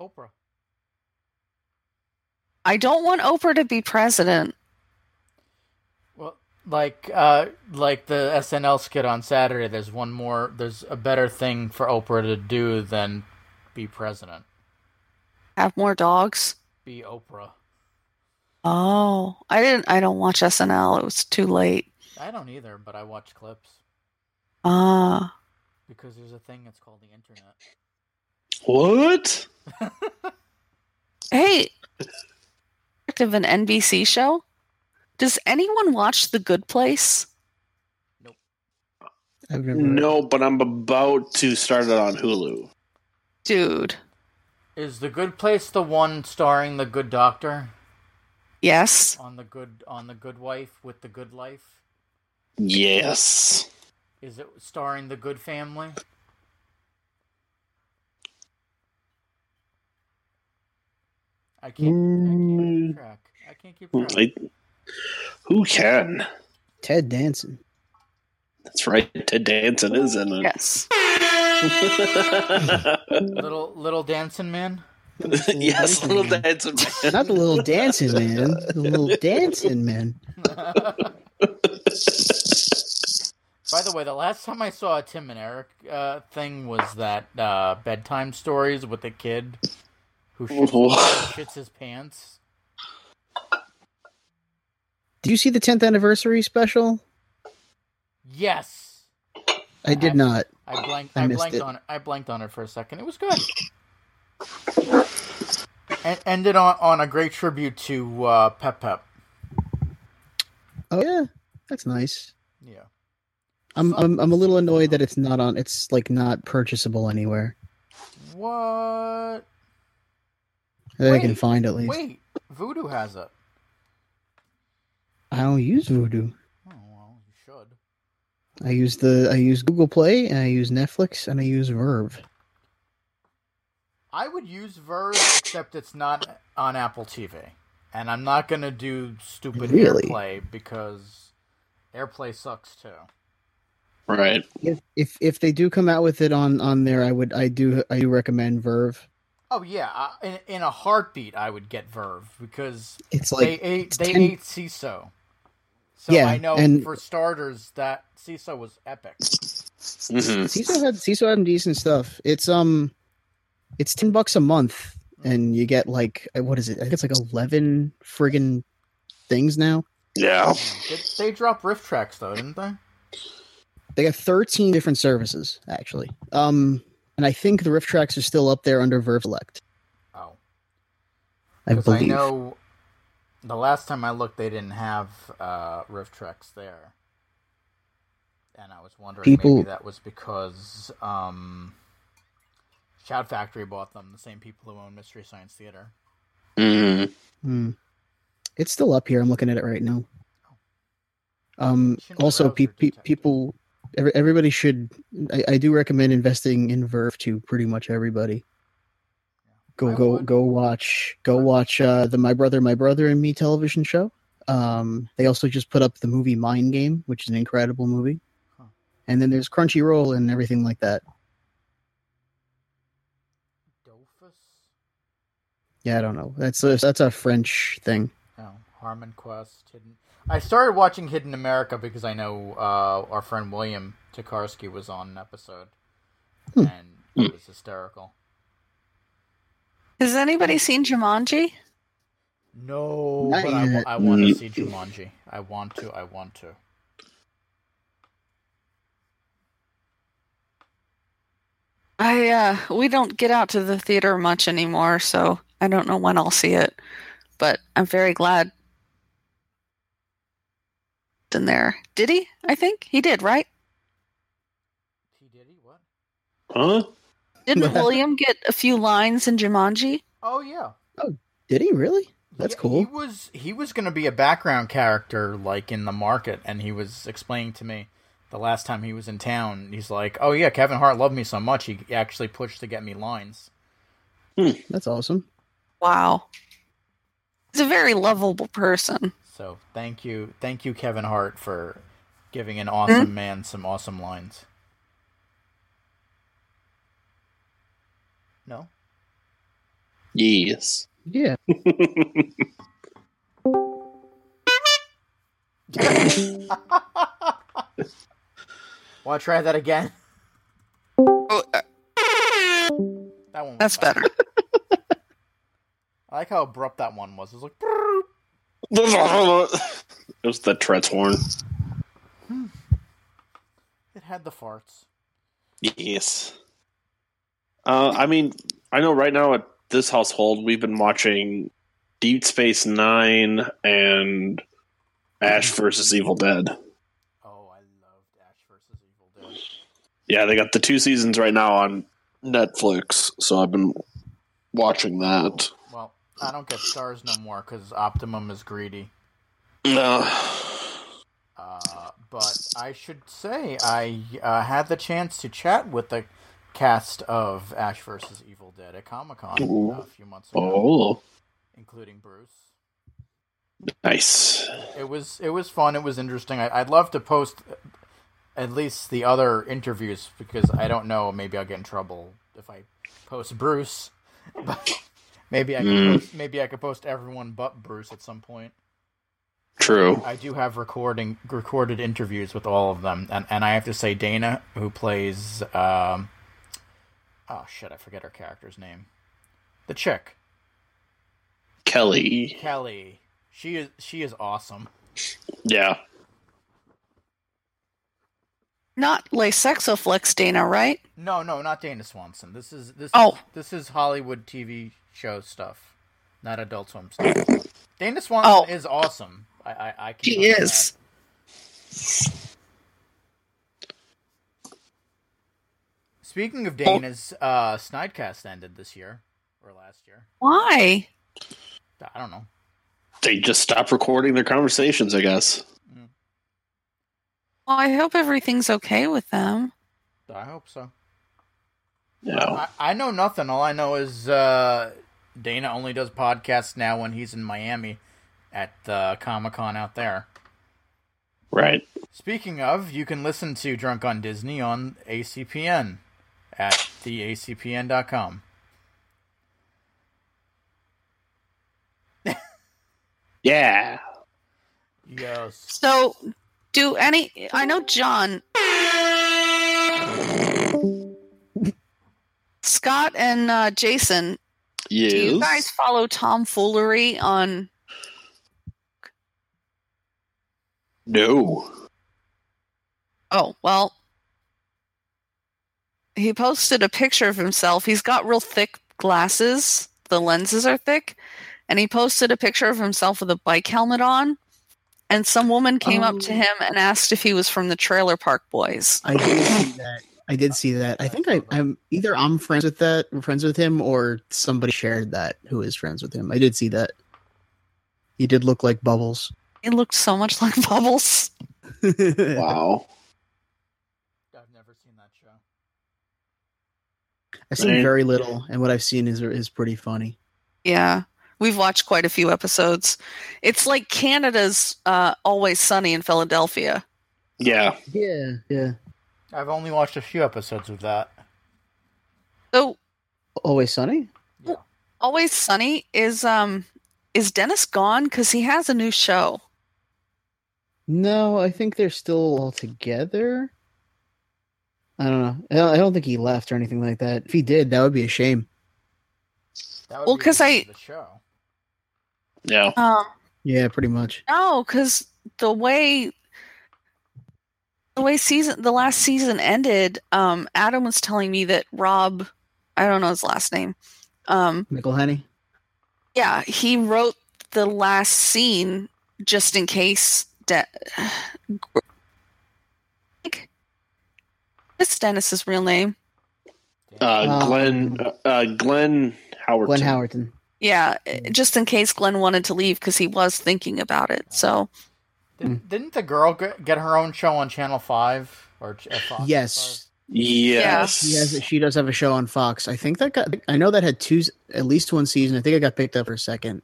Oprah.
I don't want Oprah to be president.
Well, like uh, like the SNL skit on Saturday, there's one more. There's a better thing for Oprah to do than be president.
Have more dogs.
Be Oprah.
Oh. I didn't I don't watch SNL. It was too late.
I don't either, but I watch clips
Ah.
because there's a thing that's called the internet.
What?
Hey, of an NBC show. Does anyone watch The Good Place?
I've never
No, but I'm about to start it on Hulu.
Dude,
Is the Good Place the one starring the good doctor
yes.
on the good on the Good Wife with the Good Life?
Yes.
Is it starring the Good Family? I can't, I can't keep
Mm.
track. I can't keep track.
I, who can?
Ted Danson.
That's right. Ted Danson is in it.
Yes.
Little little dancing man.
yes, little Danson.
Not the little dancing man. The little dancing man.
By the way, the last time I saw a Tim and Eric uh, thing was that uh, bedtime stories with the kid who shits, shits his pants.
Did you see the 10th anniversary special?
Yes,
I did not.
I blanked.
I
I,
missed
blanked
it.
on it. I blanked on it for a second. It was good. and ended on, on a great tribute to uh, Pep Pep.
Oh yeah, that's nice.
Yeah.
I'm I'm I'm a little annoyed that it's not on. It's like not purchasable anywhere
What?
that I can
Wait,
find at least.
Wait, Voodoo has it.
I don't use Voodoo.
Oh well, you should.
I use the I use Google Play and I use Netflix and I use Verve.
I would use Verve, except it's not on Apple TV, and I'm not gonna do stupid
Really?
AirPlay because AirPlay sucks too.
right.
If, if if they do come out with it on on there, I would I do I do recommend Verve.
Oh yeah, I, in, in a heartbeat, I would get Verve because
It's like
they ate they
10
ate CISO. So
Yeah,
I know
and-
for starters that CISO was epic.
Mm-hmm.
CISO had CISO had some decent stuff. It's um, it's ten bucks a month and you get like what is it? I think it's like eleven friggin' things now.
Yeah.
Did they dropped riff tracks though, didn't they?
They got 13 different services actually. Um, and I think the riff tracks are still up there under Verve Select.
Oh,
I
because I
believe.
know the last time I looked, they didn't have uh, riff tracks there, and I was wondering
People-
maybe that was because um, Shout Factory bought them, the same people who own Mystery Science Theater.
Mm.
Hmm. It's still up here. I'm looking at it right now. Um,
Shouldn't
also,
browse
pe-
your
pe-
detector.
people, every- everybody should. I, I do recommend investing in Verve to pretty much everybody. Go
I
go
would.
go watch go watch uh, the My Brother My Brother and Me television show. Um, they also just put up the movie Mind Game, which is an incredible movie.
Huh.
And then there's Crunchyroll and everything like that.
Dolphus?
Yeah, I don't know. That's a, that's a French thing.
No, Harmon Quest. Hidden. I started watching Hidden America because I know uh, our friend William Tokarski was on an episode,
Hmm.
and it was hysterical.
Has anybody seen Jumanji?
No,
Not
but I, wa-
yet.
I want to see Jumanji. I want to. I want to.
I uh, we don't get out to the theater much anymore, so I don't know when I'll see it. But I'm very glad. it's In there, did he? I think he did, right?
T Diddy, what?
Huh?
Didn't William get a few lines in Jumanji?
Oh yeah,
Did he really? That's
Yeah,
cool.
He was he was going to be a background character, like in the market, and he was explaining to me the last time he was in town. He's like, "Oh yeah, Kevin Hart loved me so much, he actually pushed to get me lines."
That's awesome.
Wow, he's a very lovable person.
So thank you, thank you, Kevin Hart, for giving an awesome
Hmm?
man some awesome lines. No,
Yes.
Yeah.
want to try that again?
Oh, uh,
That one. was
that's
fine.
better.
I like how abrupt that one was. It was like,
it was the Tourette's horn.
it had the farts.
Yes. Uh, I mean, I know right now at this household, we've been watching Deep Space Nine and Ash versus Evil Dead.
Oh, I loved Ash versus Evil Dead.
Yeah, they got the two seasons right now on Netflix, so I've been watching that.
Well, I don't get stars no more because Optimum is greedy.
No.
Uh, but I should say I uh, had the chance to chat with the cast of Ash versus Evil Dead at Comic Con
Ooh.
a few months ago,
Oh,
including Bruce.
nice.
It was it was fun. It was interesting. I, I'd love to post at least the other interviews because I don't know. Maybe I'll get in trouble if I post Bruce. But maybe I
Mm.
could post, maybe I could post everyone but Bruce at some point.
True.
I do have recording recorded interviews with all of them, and and I have to say Dana, who plays um, oh shit, I forget her character's name, the chick
Kelly.
Kelly. She is she is awesome.
Yeah.
Not Lasexoflex Dana, right?
No, no, not Dana Swanson. This is this.
Oh.
this is Hollywood TV show stuff, not Adult Swim stuff. Dana Swanson
Oh.
is awesome. I, I, I can tell
He
you that.
is.
Speaking
Oh.
of Dana's, uh, Snidecast ended this year or last year.
Why?
I don't know.
They just stopped recording their conversations, I guess.
Well, I hope everything's okay with them.
I hope so.
Oh.
Yeah.
I, I know nothing. All I know is uh, Dana only does podcasts now when he's in Miami at uh, Comic Con out there.
Right.
Speaking of, you can listen to Drunk on Disney on ACPN at theacpn.com.
Yeah.
Yes.
So, do any? I know John, Scott, and uh, Jason.
Yes.
Do you guys follow Tomfoolery on?
No.
Oh, well. He posted a picture of himself. He's got real thick glasses, the lenses are thick. And he posted a picture of himself with a bike helmet on. And some woman came
Oh.
up to him and asked if he was from the Trailer Park Boys.
I did see that. I did see that. I think I, I'm either I'm friends with that, friends with him, or somebody shared that who is friends with him. I did see that. He did look like Bubbles.
He looked so much like Bubbles.
Wow.
I've never seen that show.
I've seen
Right.
very little, and what I've seen is is pretty funny.
Yeah. We've watched quite a few episodes. It's like Canada's uh, Always Sunny in Philadelphia.
Yeah.
Yeah, yeah.
I've only watched a few episodes of that.
So
Always Sunny.
Yeah.
Always Sunny is um is Dennis gone because he has a new show.
No, I think they're still all together. I don't know. I don't- I don't think he left or anything like that. If he did, that would be a shame.
That would
Well,
be
'cause I-
the show.
Yeah.
Um,
Yeah, pretty much.
no, because the way the way season the last season ended, um, Adam was telling me that Rob, I don't know his last name, um,
Michael Henny.
yeah, he wrote the last scene just in case. De- What's Dennis's real name?
Uh,
Um,
Glenn. Uh, uh, Glenn Howard.
Glenn Howerton.
Yeah, eh, just in case Glenn wanted to leave because he was thinking about it. So.
Didn't, didn't the girl g- get her own show on Channel Five or Ch- uh, Fox
Yes.
Yes.
She has. She does have a show on Fox. I think that got. I know that had two, at least one season. I think it got picked up for a second.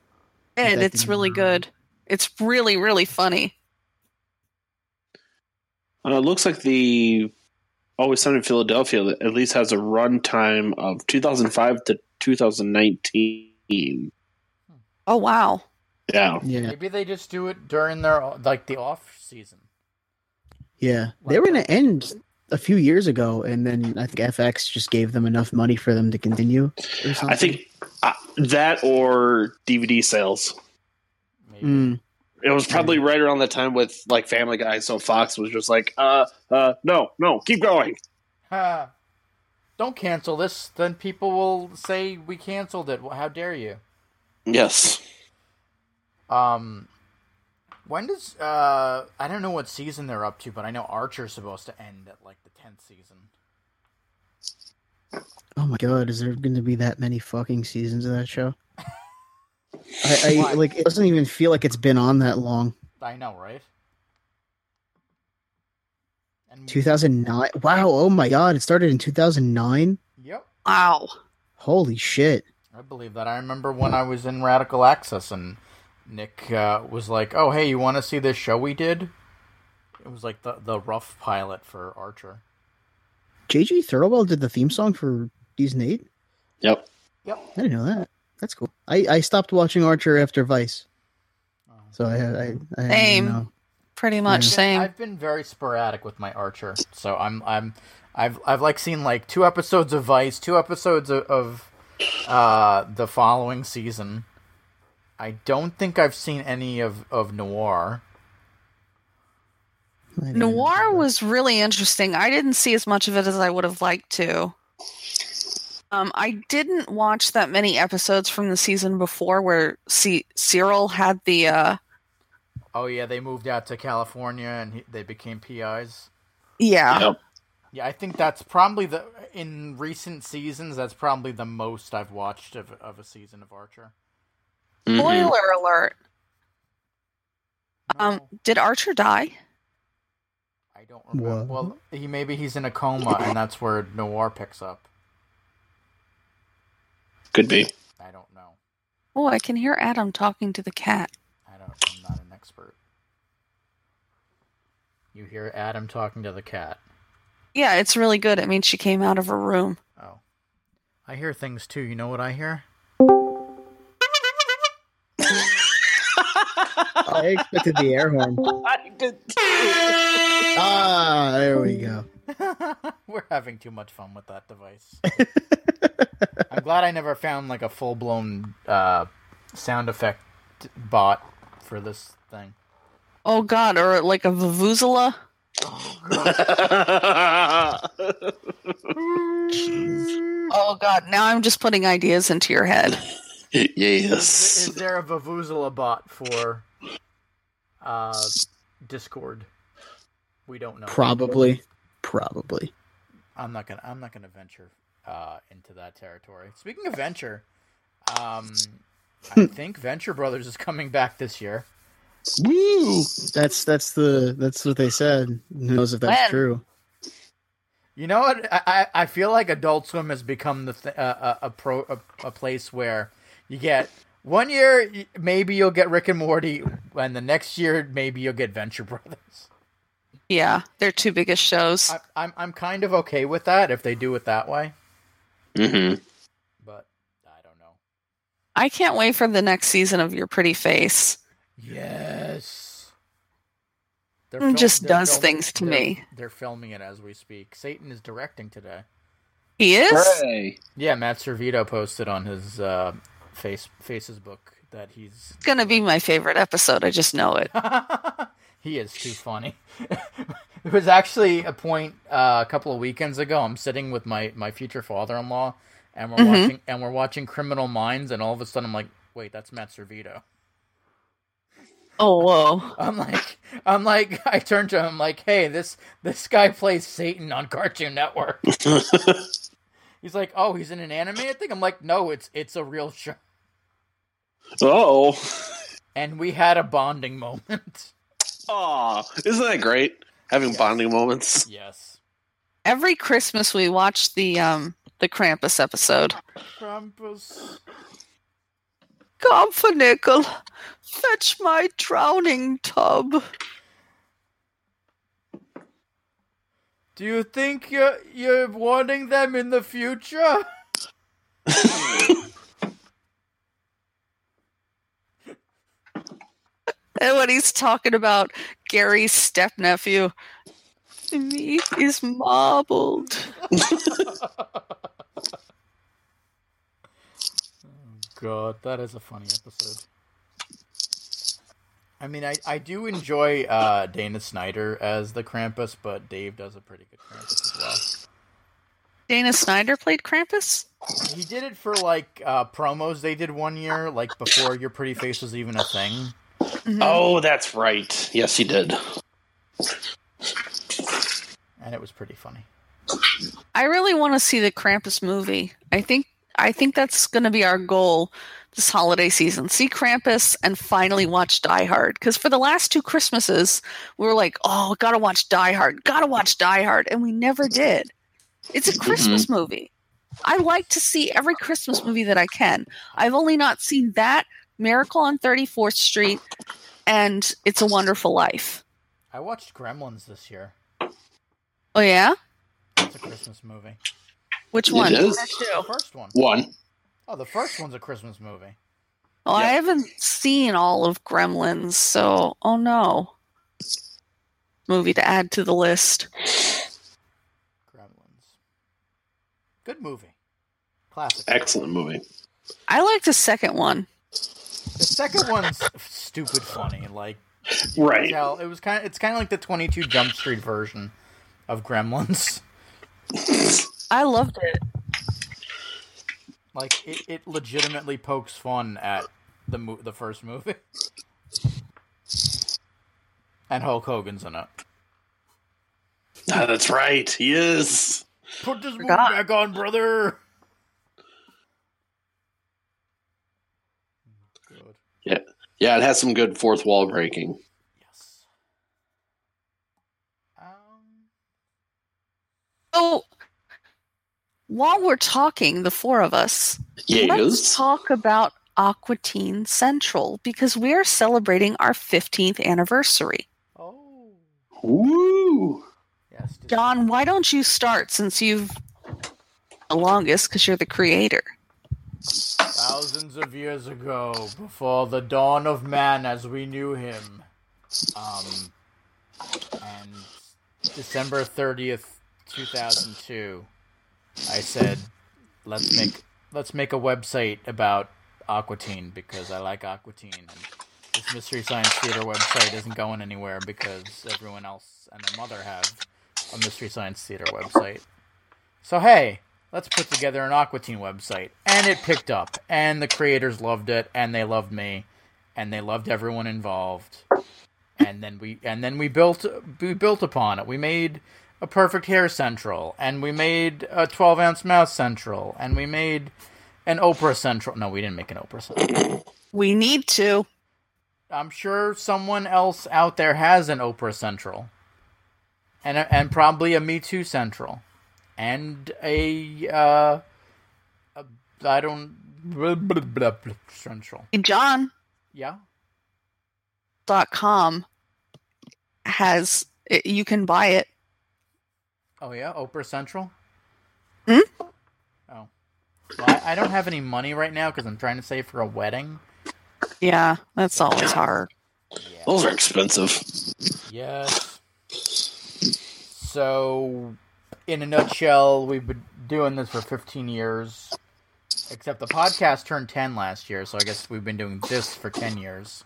and
that
it's
didn't
really
work.
good. It's really really funny.
Uh, it looks like the Always Sunny in Philadelphia at least has a runtime of 2005 to 2019.
Oh wow!
Yeah.
Yeah,
Maybe they just do it during their like the off season.
yeah. They were going to end a few years ago, and then I think FX just gave them enough money for them to continue. Or something.
I think uh, that or DVD sales.
Maybe.
Mm,
It was probably right around the time with like Family Guy, so Fox was just like, uh, uh, no, no, keep going.
Ha. Don't cancel this, then people will say we canceled it. How dare you?
Yes.
Um, when does uh I don't know what season they're up to, but I know Archer's supposed to end at like the tenth season.
oh my god, is there going to be that many fucking seasons of that show? I, I
Why?
like. It doesn't even feel like it's been on that long.
I know, right? And
Two thousand nine. Wow. Oh my god, it started in two thousand nine.
Yep,
Wow.
Holy shit.
I believe that. I remember when I was in Radical Access and Nick uh, was like, "Oh, hey, you want to see this show we did?" It was like the the rough pilot for Archer.
JJ Thirlwell did the theme song for season eight.
Yep.
Yep.
I didn't know that. That's cool. I, I stopped watching Archer after Vice, so I I, I, I
Same.
Know.
Pretty much
Yeah.
same.
I've been very sporadic with my Archer, so I'm I'm I've I've like seen like two episodes of Vice, two episodes of, of uh, the following season. I don't think I've seen any of of Noir.
I didn't
Noir
know.
was really interesting. I didn't see as much of it as I would have liked to. Um, I didn't watch that many episodes from the season before where C- Cyril had the. Uh,
Oh yeah, they moved out to California and he, they became PIs.
Ah.
yeah.
Yep.
Yeah, I think that's probably the in recent seasons. That's probably the most I've watched of of a season of Archer.
Mhm.
Spoiler alert. Um,
No,
did Archer die?
I don't remember.
What?
Well, he maybe he's in a coma, and that's where Noir picks up.
Could be.
I don't know.
Oh, I can hear Adam talking to the cat.
I don't. I'm not an expert. You hear Adam talking to the cat.
Yeah, it's really good. It means she came out of her room.
Oh, I hear things too. You know what I hear?
I expected the air horn.
I did.
Ah, there we go.
We're having too much fun with that device. I'm glad I never found like a full blown uh, sound effect bot for this thing.
Oh God, or like a vuvuzela. Oh God, now I'm just putting ideas into your head.
Is,
yes.
is there a Vavuzela bot for uh, Discord? We don't know.
Probably. Probably.
I'm not gonna. I'm not gonna venture uh, into that territory. Speaking of venture, um, I think Venture Brothers is coming back this year.
Woo!
That's that's the that's what they said. Who knows if that's
When?
true?
You know what? I, I, I feel like Adult Swim has become the th- uh, uh, a pro a, a place where you get one year y- maybe you'll get Rick and Morty, and the next year maybe you'll get Venture Brothers.
Yeah, their two biggest shows.
I, I'm I'm kind of okay with that if they do it that way,
Mm-hmm.
but I don't know.
I can't wait for the next season of Your Pretty Face.
Yes. They're
Mm, just
they're
does things to
they're-
me.
They're filming it as we speak. Satan is directing today.
He is.
Hooray!
Yeah, Matt Servito posted on his uh, face faces book that he's
It's gonna be my favorite episode. I just know it.
he is too funny. it was actually a point uh, a couple of weekends ago. I'm sitting with my, my future father-in-law, and we're
Mhm.
watching and we're watching Criminal Minds, and all of a sudden I'm like, wait, that's Matt Servito.
Oh whoa.
I'm like, I'm like, I turned to him I'm like, hey, this this guy plays Satan on Cartoon Network. he's like, oh, he's in an animated thing. I'm like, no, it's it's a real show.
Oh.
And we had a bonding moment.
Aw. Isn't that great? Having bonding moments.
yes.
Every Christmas we watch the um the Krampus episode.
Krampus.
Garfunkel, fetch my drowning tub.
Do you think you're you're wanting them in the future?
And when he's talking about Gary's stepnephew, the meat is marbled.
God, that is a funny episode. I mean, I, I do enjoy uh, Dana Snyder as the Krampus, but Dave does a pretty good Krampus as well.
Dana Snyder played Krampus?
He did it for like uh, promos they did one year, like before Your Pretty Face was even a thing.
Mm-hmm.
Oh, that's right. Yes, he did.
and it was pretty funny.
I really want to see the Krampus movie. I think I think that's going to be our goal this holiday season. See Krampus and finally watch Die Hard because for the last two Christmases we were like, "Oh, got to watch Die Hard. Got to watch Die Hard," and we never did. It's
Mm-hmm.
a Christmas movie. I like to see every Christmas movie that I can. I've only not seen that Miracle on 34th Street and It's a Wonderful Life.
I watched Gremlins this year.
Oh yeah?
It's a Christmas movie.
Which
It
one?
is.
The first one.
One.
Oh, the first one's a Christmas movie.
Oh, I
Yeah.
haven't seen all of Gremlins, so oh no. Movie to add to the list.
Gremlins. Good movie. Classic.
Excellent movie.
I liked the second one.
The second one's stupid funny. Like
Right.
tell it was kind of it's kind of like the 22 Jump Street version of Gremlins.
I loved it.
Like it, it legitimately pokes fun at the mo- the first movie. And Hulk Hogan's in it.
Ah, that's right. He is.
Put this move
Forgot.
back on, brother. Good.
Yeah, it has some good fourth wall breaking.
Yes. Um,
Oh, while we're talking, the four of us, let's
Yes.
talk about Aqua Teen Central because we are celebrating our 15th anniversary.
oh.
Woo!
Yes. Disney.
John, why don't you start since you've the longest because you're the creator?
Thousands of years ago, before the dawn of man as we knew him, um, and December 30th, 2002, I said, let's make let's make a website about Aquatine because I like Aquatine. And the Science Mystery Science Theater website isn't going anywhere because everyone else and their mother have a Mystery Science Theater website. So hey, let's put together an Aqua Teen website, and it picked up, and the creators loved it, and they loved me, and they loved everyone involved. And then we and then we built we built upon it. We made a perfect hair central, and we made a twelve ounce mouse central, and we made an Oprah central. No, we didn't make an Oprah central.
We need to.
I'm sure someone else out there has an Oprah Central, and a, and probably a Me Too Central, and a uh, a, I don't blah, blah, blah, blah, Central.
John.
Yeah,
dot com has it, you can buy it.
Oh yeah, Oprah Central.
Hmm?
Oh, well, I, I don't have any money right now because I'm trying to save for a wedding.
Yeah, that's always hard.
Yeah.
Those are expensive.
Yes. So, in a nutshell, we've been doing this for 15 years. Except the podcast turned 10 last year, so I guess we've been doing this for 10 years.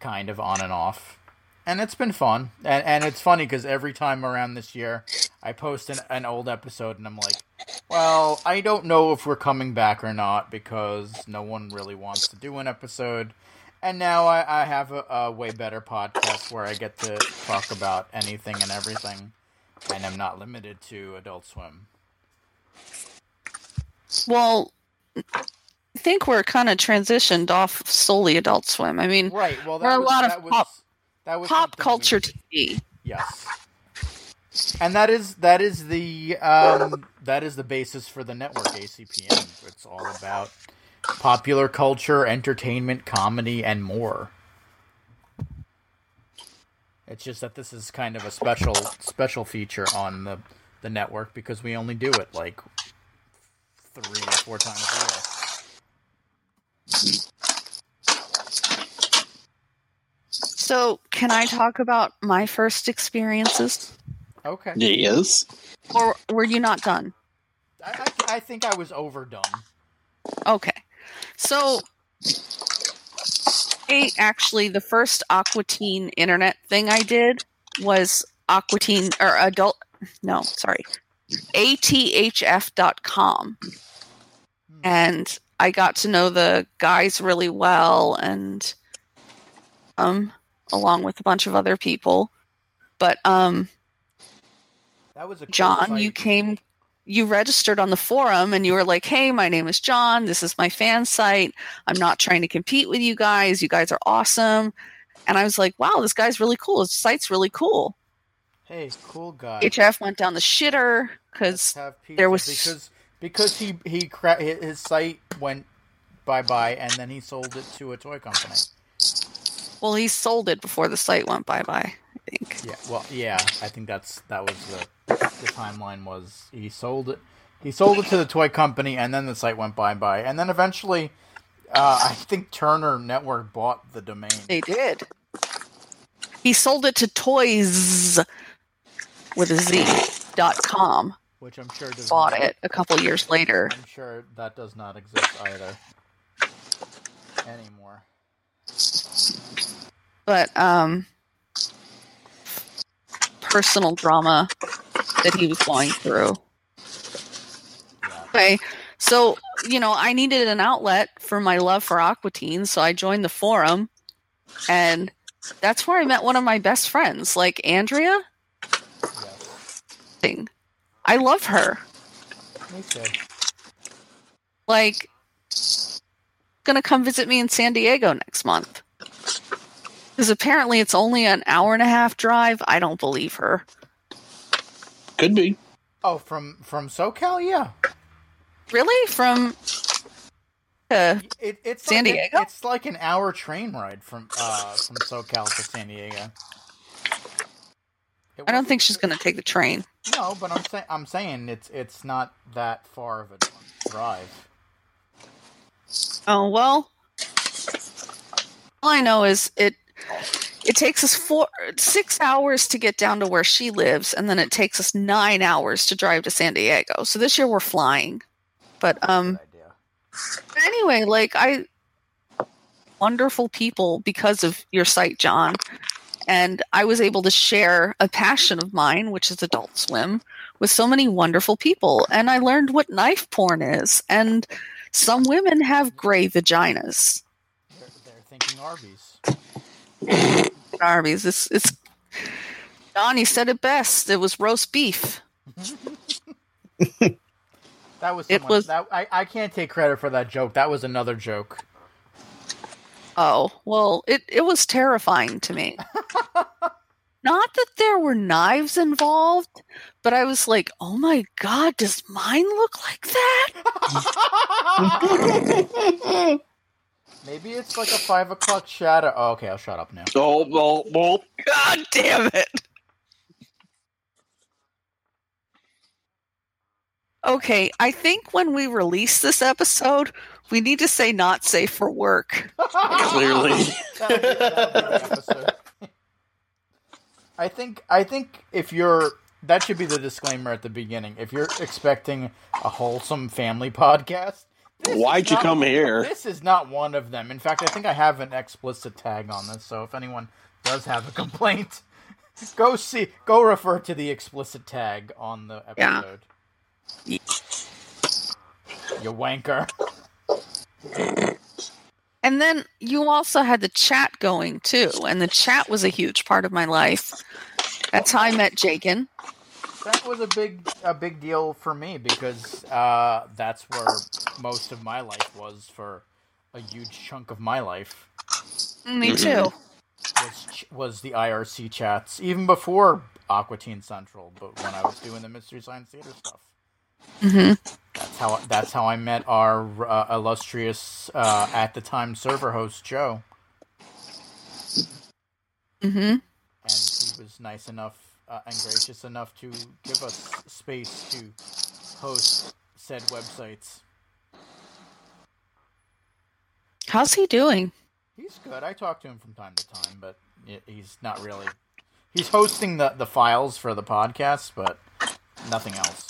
Kind of on and off. And it's been fun. And, and it's funny because every time around this year, I post an, an old episode and I'm like, well, I don't know if we're coming back or not because no one really wants to do an episode. And now I, I have a, a way better podcast where I get to talk about anything and everything, and I'm not limited to Adult Swim.
Well, I think we're kind of transitioned off solely Adult Swim. I mean,
Right. Well,
There
that
are a
was,
lot of
that was,
pop-
that was
pop
something we-
culture TV.
Yes. And that is that is the um, that is the basis for the network ACPN. It's all about popular culture, entertainment, comedy, and more. It's just that this is kind of a special special feature on the the network because we only do it like three or four times a year.
So, can I talk about my first experiences?
Okay,
Yes.
Or were you not done?
I, I, I think I was overdone.
Okay. So I actually the first Aquatine internet thing I did was Aquatine or adult no, sorry. ATHF.com. And I got to know the guys really well and um along with a bunch of other people. But um
That was a cool
John, you
site.
came, you registered on the forum and you were like, hey, my name is John. This is my fan site. I'm not trying to compete with you guys. You guys are awesome. And I was like, wow, this guy's really cool. His site's really cool.
Hey, cool guy.
HF went down the shitter
Let's
because
have pizza
there was-
because because he he cra- his his site went bye bye and then he sold it to a toy company.
well, he sold it before the site went bye bye. I think
Yeah, well, yeah, I think that's that was the the timeline was he sold it he sold it to the toy company and then the site went bye bye and then eventually uh, I think Turner Network bought the domain.
they did. He sold it to Toys with a Z dot com.
Which I'm sure does
Bought
not-
it a couple years later.
I'm sure that does not exist either anymore.
but um personal drama that he was going through okay so you know i needed an outlet for my love for aquatine so i joined the forum and that's where i met one of my best friends like andrea
Yes,
thing i love her
me too.
like gonna come visit me in san diego next month because apparently it's only an hour and a half drive i don't believe her
Could be.
Oh, from from SoCal, yeah.
Really? From uh,
It, it's
San
like,
Diego?
it's like an hour train ride from uh from SoCal to San Diego. It
I don't
was-
think she's going to take the train.
No, but I'm saying I'm saying it's it's not that far of a drive.
Oh well. All I know is it it takes us four six hours to get down to where she lives, and then it takes us nine hours to drive to San Diego. So this year we're flying. But um
Good idea.
anyway, like I wonderful people because of your site, John. And I was able to share a passion of mine, which is Adult Swim, with so many wonderful people. And I learned what knife porn is. And some women have gray vaginas.
They're, they're thinking Arby's.
Arby's. It's, it's Donnie said it best. It was roast beef.
That was
It
someone,
was-
that I, I can't take credit for that joke. That was another joke.
Oh, well, it, it was terrifying to me. Not that there were knives involved, but I was like, oh my God, does mine look like that?
Maybe it's like a five o'clock shadow. Oh, okay, I'll shut up now.
Oh well, well.
God damn it. Okay, I think when we release this episode, we need to say not safe for work.
Clearly.
That'll be- that'll be the episode. I think I think if you're that should be the disclaimer at the beginning. If you're expecting a wholesome family podcast, this is
Why'd you
not-
come here?
This is not one of them. In fact, I think I have an explicit tag on this. So if anyone does have a complaint, go see, go refer to the explicit tag on the
Yeah.
episode. You wanker.
And then you also had the chat going too, and the chat was a huge part of my life. That's how I met Jakin.
That was a big a big deal for me because uh, that's where most of my life was for a huge chunk of my life
Me too.
was ch- was the IRC chats even before Aqua Teen Central, but when I was doing the Mystery Science Theater stuff.
hmm
That's how that's how I met our uh, illustrious uh, at the time server host Joe,
hmm
and he was nice enough uh, and gracious enough to give us space to host said websites.
How's he doing?
He's good. I talk to him from time to time, but y- he's not really. He's hosting the the files for the podcast, but nothing else.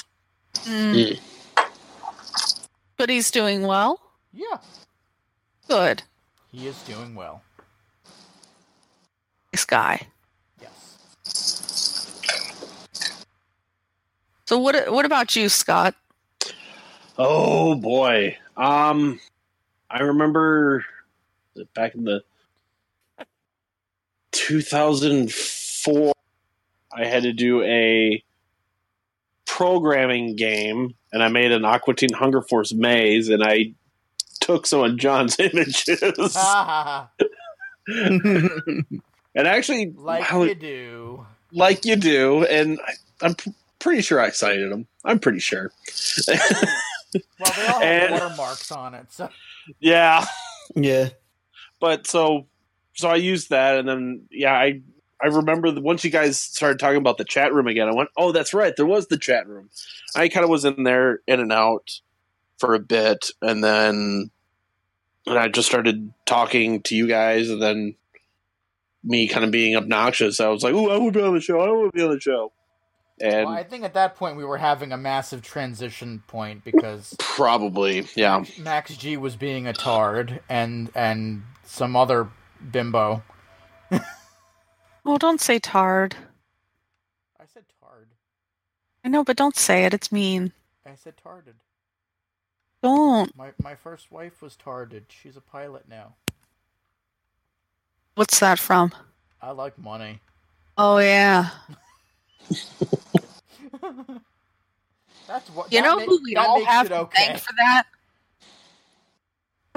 Mm. But he's doing well.
Yeah,
Good.
he is doing well.
This guy.
Yes.
So what? What about you, Scott?
Oh boy. Um, I remember back in the 2004, I had to do a programming game, and I made an Aqua Teen Hunger Force maze, and I took some of John's images,
Ah.
and actually,
like
wow,
you do.
like you do, and I, I'm p- pretty sure I cited them. I'm pretty sure.
Well, they all have
And-
watermarks on it, so
Yeah.
yeah.
but so so I used that, and then yeah, I I remember the, once you guys started talking about the chat room again, I went, oh, that's right, there was the chat room. I kind of was in there, in and out for a bit, and then and I just started talking to you guys, and then me kind of being obnoxious. I was like, oh, I want to be on the show. I want to be on the show. And
well, I think at that point we were having a massive transition point because
probably, yeah,
Max G was being a tard and and some other bimbo.
Oh, don't say tard.
I said tard.
I know, but don't say it. It's mean.
I said tarded.
Don't.
My my first wife was tarded. She's a pilot now.
What's that from?
I like money.
Oh yeah.
That's what
You
that
know
ma-
who we
that
all
makes
have
it
to
okay.
thank for that?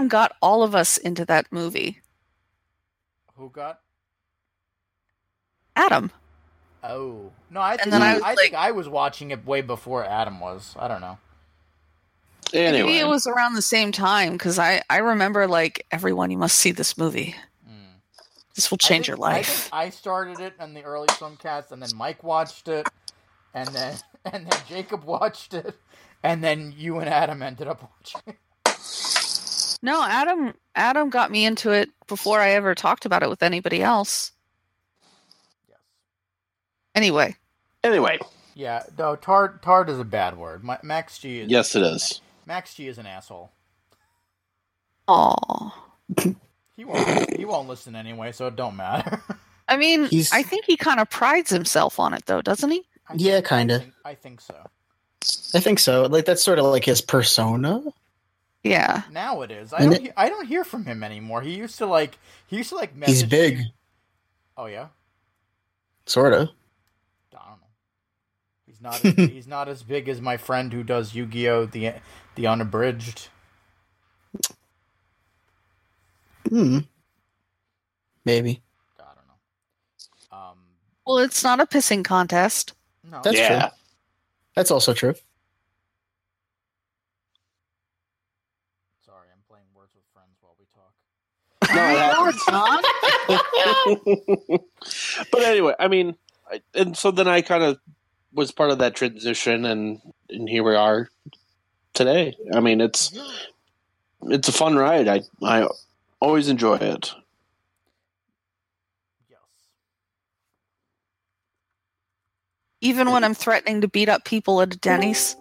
Got all of us into that movie.
Who got?
Adam.
Oh no! I think,
then I was
think
like-
I was watching it way before Adam was. I don't know.
anyway,
Maybe it was around the same time because I, I remember like everyone, you must see this movie.
Mm.
This will
I
change your
think- I,
life.
think I started it in the early Swimcast, and then Mike watched it, and then and then Jacob watched it, and then you and Adam ended up watching. it.
No, Adam Adam got me into it before I ever talked about it with anybody else.
Yes.
Anyway,
anyway,
Yeah. No. Tard. Tard is a bad word. Ma- Max G is.
yes, it is.
Max G is an asshole.
oh,
He He won't. He won't listen anyway, so it don't matter.
I mean,
He's-
I think he kind of prides himself on it, though, doesn't he?
I
Yeah,
think- I
kinda.
think- I think so.
I think so. Like that's sort of like his persona.
Yeah.
Now it is. I
And
don't. he- I don't hear from him anymore. He used to like. He used to like. Message
He's big,
you- Oh yeah.
sort of.
I don't know. He's not. As, he's not as big as my friend who does Yu-Gi-Oh! the the unabridged.
Hmm. Maybe.
I don't know. Um.
Well, it's not a pissing contest.
No.
That's
yeah.
true. That's also true.
Sorry, I'm playing words with friends while we talk.
No, it
No,
happens.
it's not.
but anyway, I mean, I, and so then I kind of was part of that transition, and and here we are today. I mean, it's it's a fun ride. I I always enjoy it.
Yes.
Even when I'm threatening to beat up people at a Denny's.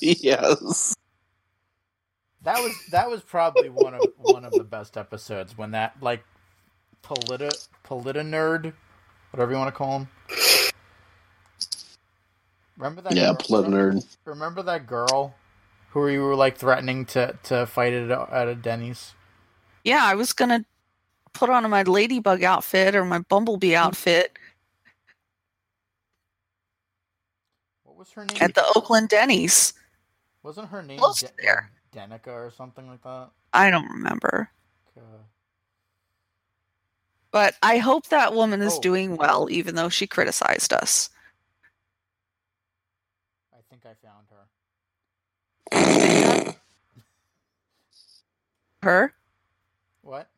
yes.
That was that was probably one of one of the best episodes when that like politi politi nerd, whatever you want to call him. Remember that?
Yeah,
girl-
blood nerd.
Remember that girl who you were like threatening to to fight at a, at a Denny's?
Yeah, I was gonna put on my ladybug outfit or my bumblebee
Mm.
outfit
What was her name?
at the Oakland Denny's.
Wasn't her name
Close
De-
there.
Denica or something like that?
I don't remember.
Uh,
But I hope that woman is
Oh.
doing well, even though she criticized us.
I think I found her.
Her?
What?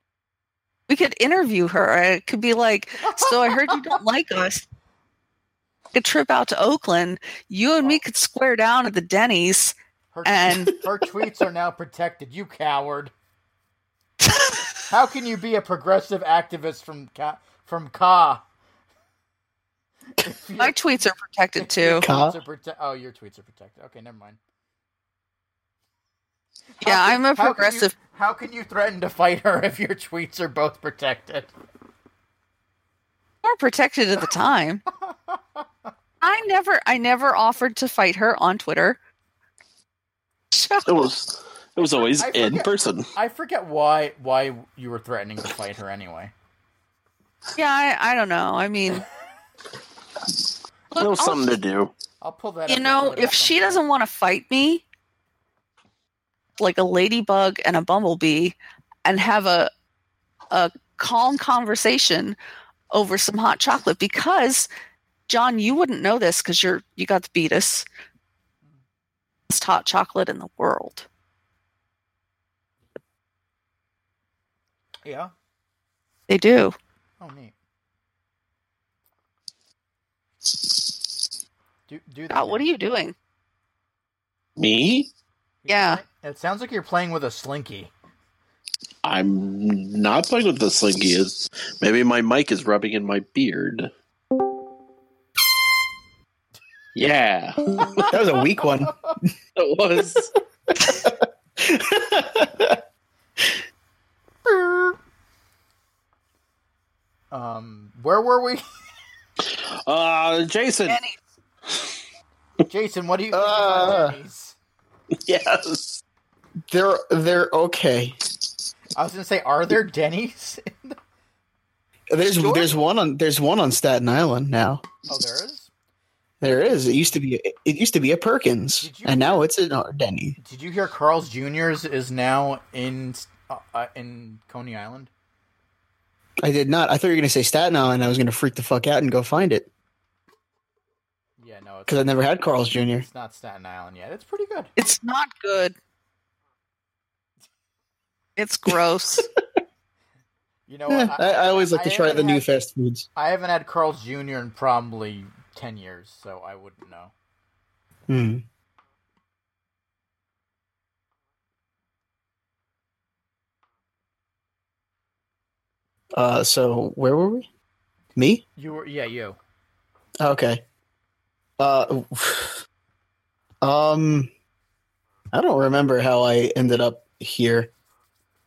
We could interview her. It could be like, so I heard you don't like us. A trip out to Oakland, you and me could square down at the Denny's.
Her,
And-
her tweets are now protected. You coward! How can you be a progressive activist from Ka? From Ka? If your-
My tweets are protected
if your
too.
Ka?
tweets are prote- oh, your tweets are protected. Okay, never mind. How
Yeah,
can-
I'm a
how can you-
progressive.
How can you threaten to fight her if your tweets are both protected?
More protected at the time. I never, I never offered to fight her on Twitter.
It was it was always
I
in
forget-
person.
I forget why why you were threatening to fight her anyway.
Yeah, I, I don't know. I mean, look,
It was
I'll-
something to do.
I'll pull that.
you
up and
know,
put it
if
up
she
somewhere.
doesn't want to fight me, like a ladybug and a bumblebee, and have a a calm conversation over some hot chocolate, because John, you wouldn't know this because you're you got the beatus. Best hot chocolate in the world.
yeah.
They do.
Oh, neat. Do do that.
God, what are
now.
you doing?
Me?
Yeah.
It sounds like you're playing with a slinky.
I'm not playing with the slinky. It's, maybe my mic is rubbing in my beard. Yeah, it
That was a weak one.
was.
Um, where were we?
Uh, Jason.
Denny's.
Jason, what do you think about
Uh.
Denny's?
Yes.
They're they're okay.
I was gonna say, are there Denny's?
There's
Sure.
there's one on there's one on Staten Island now.
oh, there is.
There is. It used to be it used to be a Perkins,
Did you-
and now it's an Denny.
Did you hear Carl's Jr.'s is now in uh, uh, in Coney Island?
I did not. I thought you were going to say Staten Island. I was going to freak the fuck out and go find it
Yeah, no, it's,
because I never had Carl's Jr.
it's not Staten Island yet. It's pretty good.
It's not good. It's gross.
You know,
Eh,
what?
I, I always like to
I
try the
haven't
new
had-
fast foods.
I haven't had Carl's Jr. in probably ten years, so I wouldn't know.
Hmm. Uh, so where were we? Me?
You were, yeah, you.
Okay. Uh, um, I don't remember how I ended up here.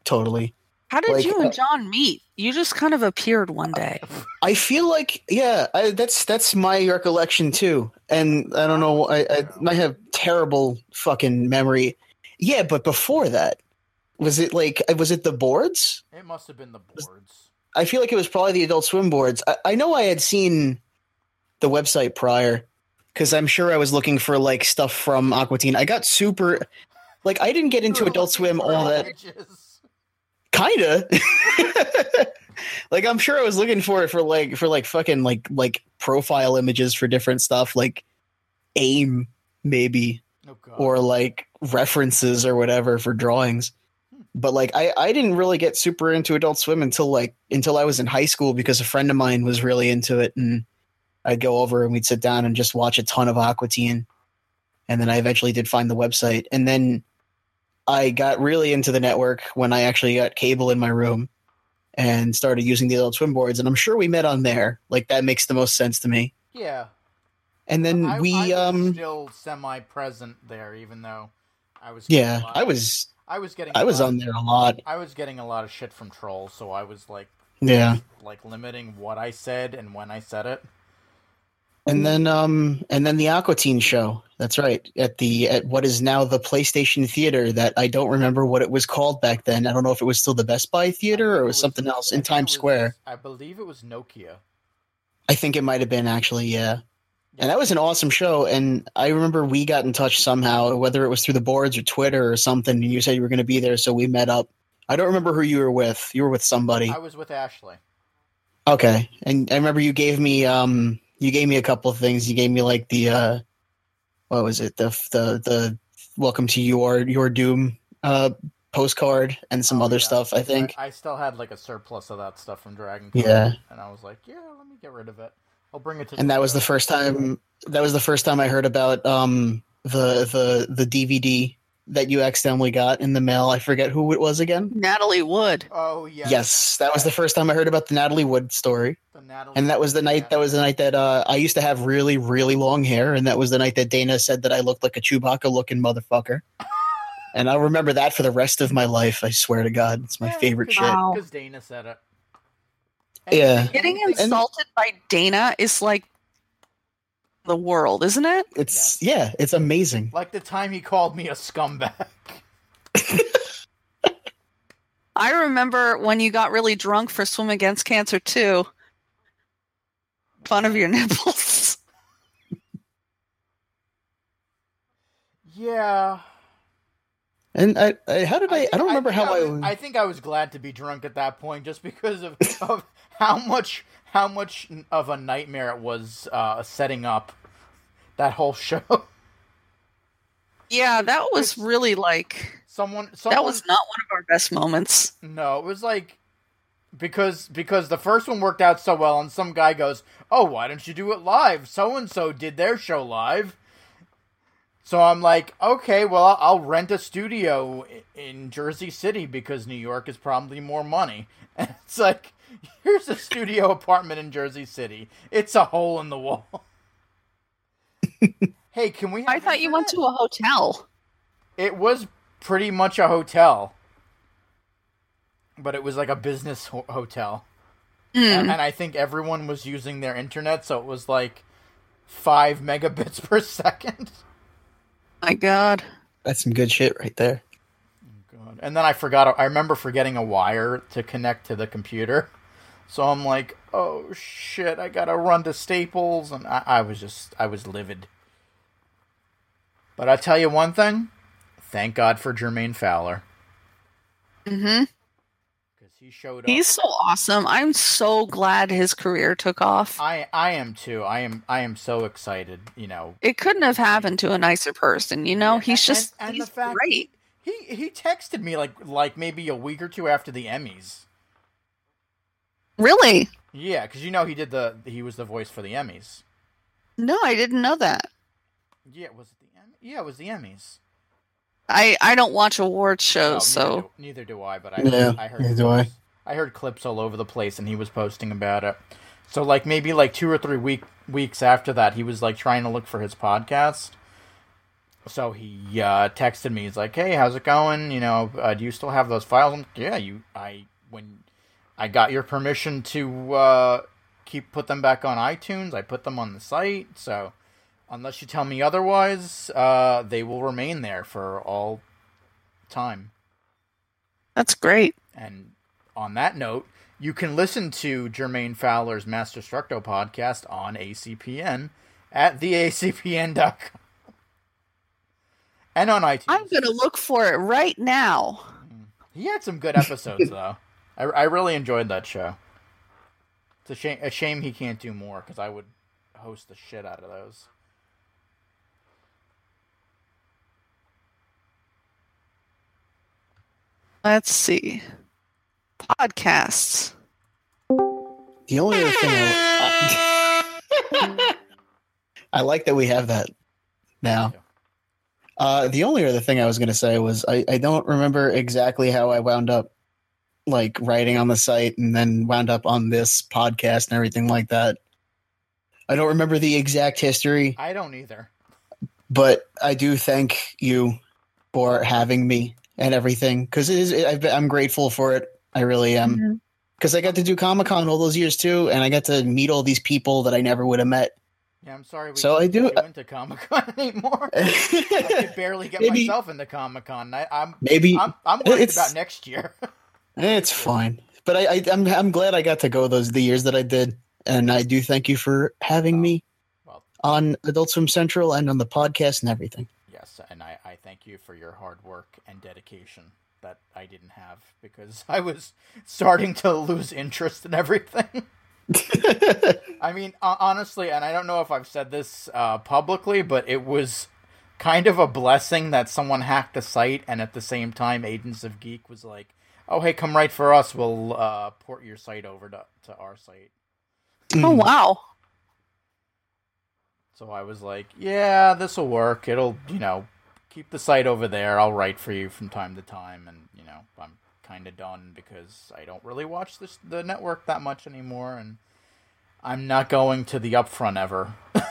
Totally.
How did
Like,
you and
uh,
John meet? You just kind of appeared one day.
I feel like yeah, I, that's that's my recollection too. And I don't know, I, I I have terrible fucking memory. Yeah, but before that, was it like was it the boards?
It must have been the boards.
I feel like it was probably the Adult Swim boards. I, I know I had seen the website prior because I'm sure I was looking for like stuff from Aquatine. I got super like I didn't get into Adult Swim all that
Pages.
kinda like i'm sure i was looking for it for like for like fucking like like profile images for different stuff like aim maybe
Oh, God.
or like references or whatever for drawings
Hmm.
but like i i didn't really get super into adult swim until like until i was in high school because a friend of mine was really into it and i'd go over and we'd sit down and just watch a ton of aquatine and then i eventually did find the website and then i got really into the network when i actually got cable in my room and started using the adult swim boards and i'm sure we met on there like that makes the most sense to me
yeah.
and then
I,
we
I was
um
still semi-present there, even though I was. getting
yeah
a lot-
i was
I was getting.
i
a
was
lot-
on there a lot
I was getting a lot of shit from trolls, so I was like,
yeah
like limiting what I said and when I said it.
And then um and then the Aquatine show. That's right. At the at what is now the PlayStation Theater that I don't remember what it was called back then. I don't know if it was still the Best Buy Theater or it was something else
I
in
think it
Times
was-
Square.
I believe it was Nokia.
I think it might have been actually, yeah. And that was an awesome show and I remember we got in touch somehow whether it was through the boards or Twitter or something and you said you were going to be there so we met up. I don't remember who you were with. You were with somebody.
I was with Ashley.
Okay. And I remember you gave me um you gave me a couple of things. You gave me like the uh what was it? The the the welcome to your your doom uh postcard and some
Oh,
other
yeah.
stuff, I think.
I, I still had like a surplus of that stuff from Dragon. Con,
Yeah.
And I was like, yeah, let me get rid of it. I'll bring it to.
And that was the
show.
first time that was the first time I heard about um the the the DVD that you accidentally got in the mail. I forget who it was again.
Natalie Wood.
Oh yeah.
Yes, that was the first time I heard about the Natalie Wood story.
The Natalie
And that was the night that was the night that uh, I used to have really, really long hair, and that was the night that Dana said that I looked like a Chewbacca looking motherfucker. And I'll remember that for the rest of my life, I swear to God. It's my favorite shit.
Wow.
Because Dana said it.
Yeah.
Getting
and-
insulted by Dana is like the world, isn't it?
It's yeah, it's amazing.
Like the time he called me a scumbag.
I remember when you got really drunk for Swim Against Cancer too. Fun of your nipples.
Yeah.
And I, I how did I I,
think-
don't remember
think
how I,
was- I think I was glad to be drunk at that point, just because of, of how much how much of a nightmare it was uh, setting up that whole show.
Yeah, that was really like
someone, someone
that was not one of our best moments.
No, it was like because because the first one worked out so well, and some guy goes, "Oh, why don't you do it live? So and so did their show live." So I'm like, okay, well, I'll- I'll rent a studio i- in Jersey City because New York is probably more money. And it's like, here's a studio apartment in Jersey City. It's a hole in the wall. hey, can we?
I
have
thought you went to
internet?
a hotel.
It was pretty much a hotel, but it was like a business ho- hotel, and, and I think everyone was using their internet, so it was like five megabits per second.
My God.
that's some good shit right there.
God. And then I forgot. I remember forgetting a wire to connect to the computer, so I'm like, "Oh shit! I gotta run to Staples," and I, I was just, I was livid. But I tell you one thing: thank God for Jermaine Fowler
hmm
because he showed up.
He's so awesome. I'm so glad his career took off.
I I am too. I am I am so excited. You know.
It couldn't have happened to a nicer person, you know.
Yeah,
He's
and-
just
and, and
he's
the fact
great.
He he texted me like like maybe a week or two after the Emmys.
Really?
Yeah, because you know he did the he was the voice for the Emmys.
No, I didn't know that.
Yeah, was it the Emmy? Yeah, it was the Emmys.
I I don't watch award
Oh,
shows,
neither
so
do- neither do I. But I
Yeah,
I heard
neither do I.
clips- I heard clips all over the place, and he was posting about it. So like maybe like two or three week weeks after that, he was like trying to look for his podcast, So he uh, texted me. He's like, "Hey, how's it going? You know, uh, do you still have those files?" I'm like, "Yeah, you. I when I got your permission to uh, keep put them back on iTunes, I put them on the site. So unless you tell me otherwise, uh, they will remain there for all time."
That's great.
And on that note, you can listen to Jermaine Fowler's Master Structo podcast on ACPN at theacpn.com and on iTunes.
I'm going to look for it right now.
He had some good episodes though. I, I really enjoyed that show. It's a shame, a shame he can't do more because I would host the shit out of those.
Let's see. Podcasts.
The only other thing I, I like that we have that now. Uh, the only other thing I was going to say was I, I don't remember exactly how I wound up like writing on the site and then wound up on this podcast and everything like that. I don't remember the exact history,
I don't either.
but I do thank you for having me and everything because it is. I've been, I'm grateful for it. I really am
Mhm.
because I got to do Comic Con all those years too, and I got to meet all these people that I never would have met.
Yeah, I'm sorry. We
So I
can't get
do-
you into Comic Con anymore. I can barely get
Maybe-
myself into Comic Con. I'm
Maybe
I'm I'm worried
It's-
about next year.
Eh, It's fine, but I, I I'm I'm glad I got to go those the years that I did, and I do thank you for having me
well,
on Adult Swim Central and on the podcast and everything.
yes, and I I thank you for your hard work and dedication that I didn't have because I was starting to lose interest in everything. I mean, ho- honestly, and I don't know if I've said this uh, publicly, but it was kind of a blessing that someone hacked the site, and at the same time, Agents of Geek was like, "Oh, hey, come right for us. We'll uh, port your site over to, to our site."
Oh, wow.
So I was like, "Yeah, this will work. It'll, you know, keep the site over there. I'll write for you from time to time." And you know, I'm kind of done because I don't really watch this the network that much anymore, and I'm not going to the upfront ever.
Mm.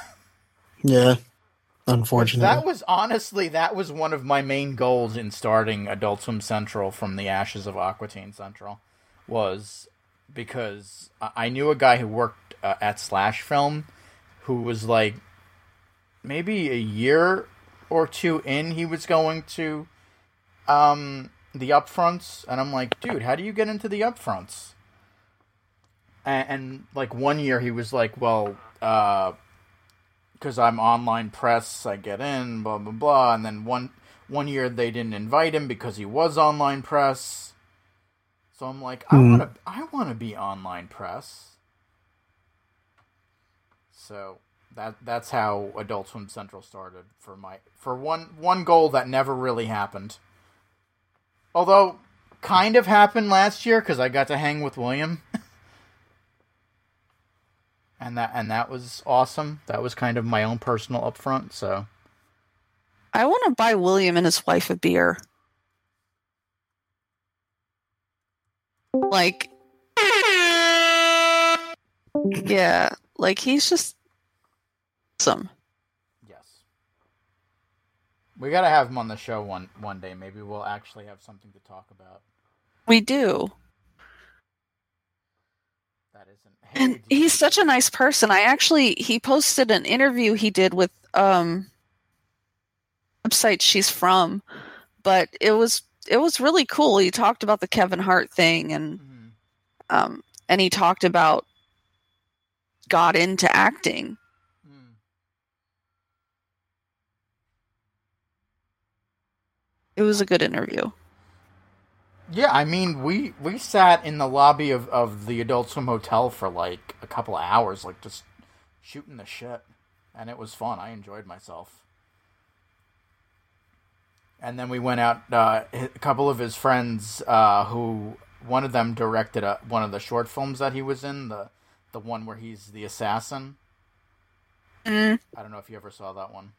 Yeah,
Which
unfortunately.
that was honestly that was one of my main goals in starting Adult Swim Central from the ashes of Aquatine Central was because I- I knew a guy who worked uh, at Slash Film who was like maybe a year or two in he was going to um the upfronts and I'm like dude how do you get into the upfronts and, and like one year he was like well uh because I'm online press, I get in, blah blah blah. And then one one year they didn't invite him because he was online press. So I'm like, I
Hmm.
want to, I want to be online press. So that that's how Adult Swim Central started for my for one one goal that never really happened. Although kind of happened last year because I got to hang with William. and that and that was awesome. That was kind of my own personal upfront. So
I want to buy William and his wife a beer. Like, yeah, like he's just awesome.
yes, we gotta have him on the show one one day. Maybe we'll actually have something to talk about.
We do.
That isn't.
And he's such a nice person. I actually he posted an interview he did with um website she's from, but it was it was really cool. He talked about the Kevin Hart thing and
Mhm.
um and he talked about got into acting.
Mm.
It was a good interview.
Yeah, I mean, we we sat in the lobby of of the Adult Swim hotel for like a couple of hours, like just shooting the shit, and it was fun. I enjoyed myself. And then we went out. Uh, a couple of his friends, uh, who one of them directed a, one of the short films that he was in, the the one where he's the assassin.
Mm,
I don't know if you ever saw that one.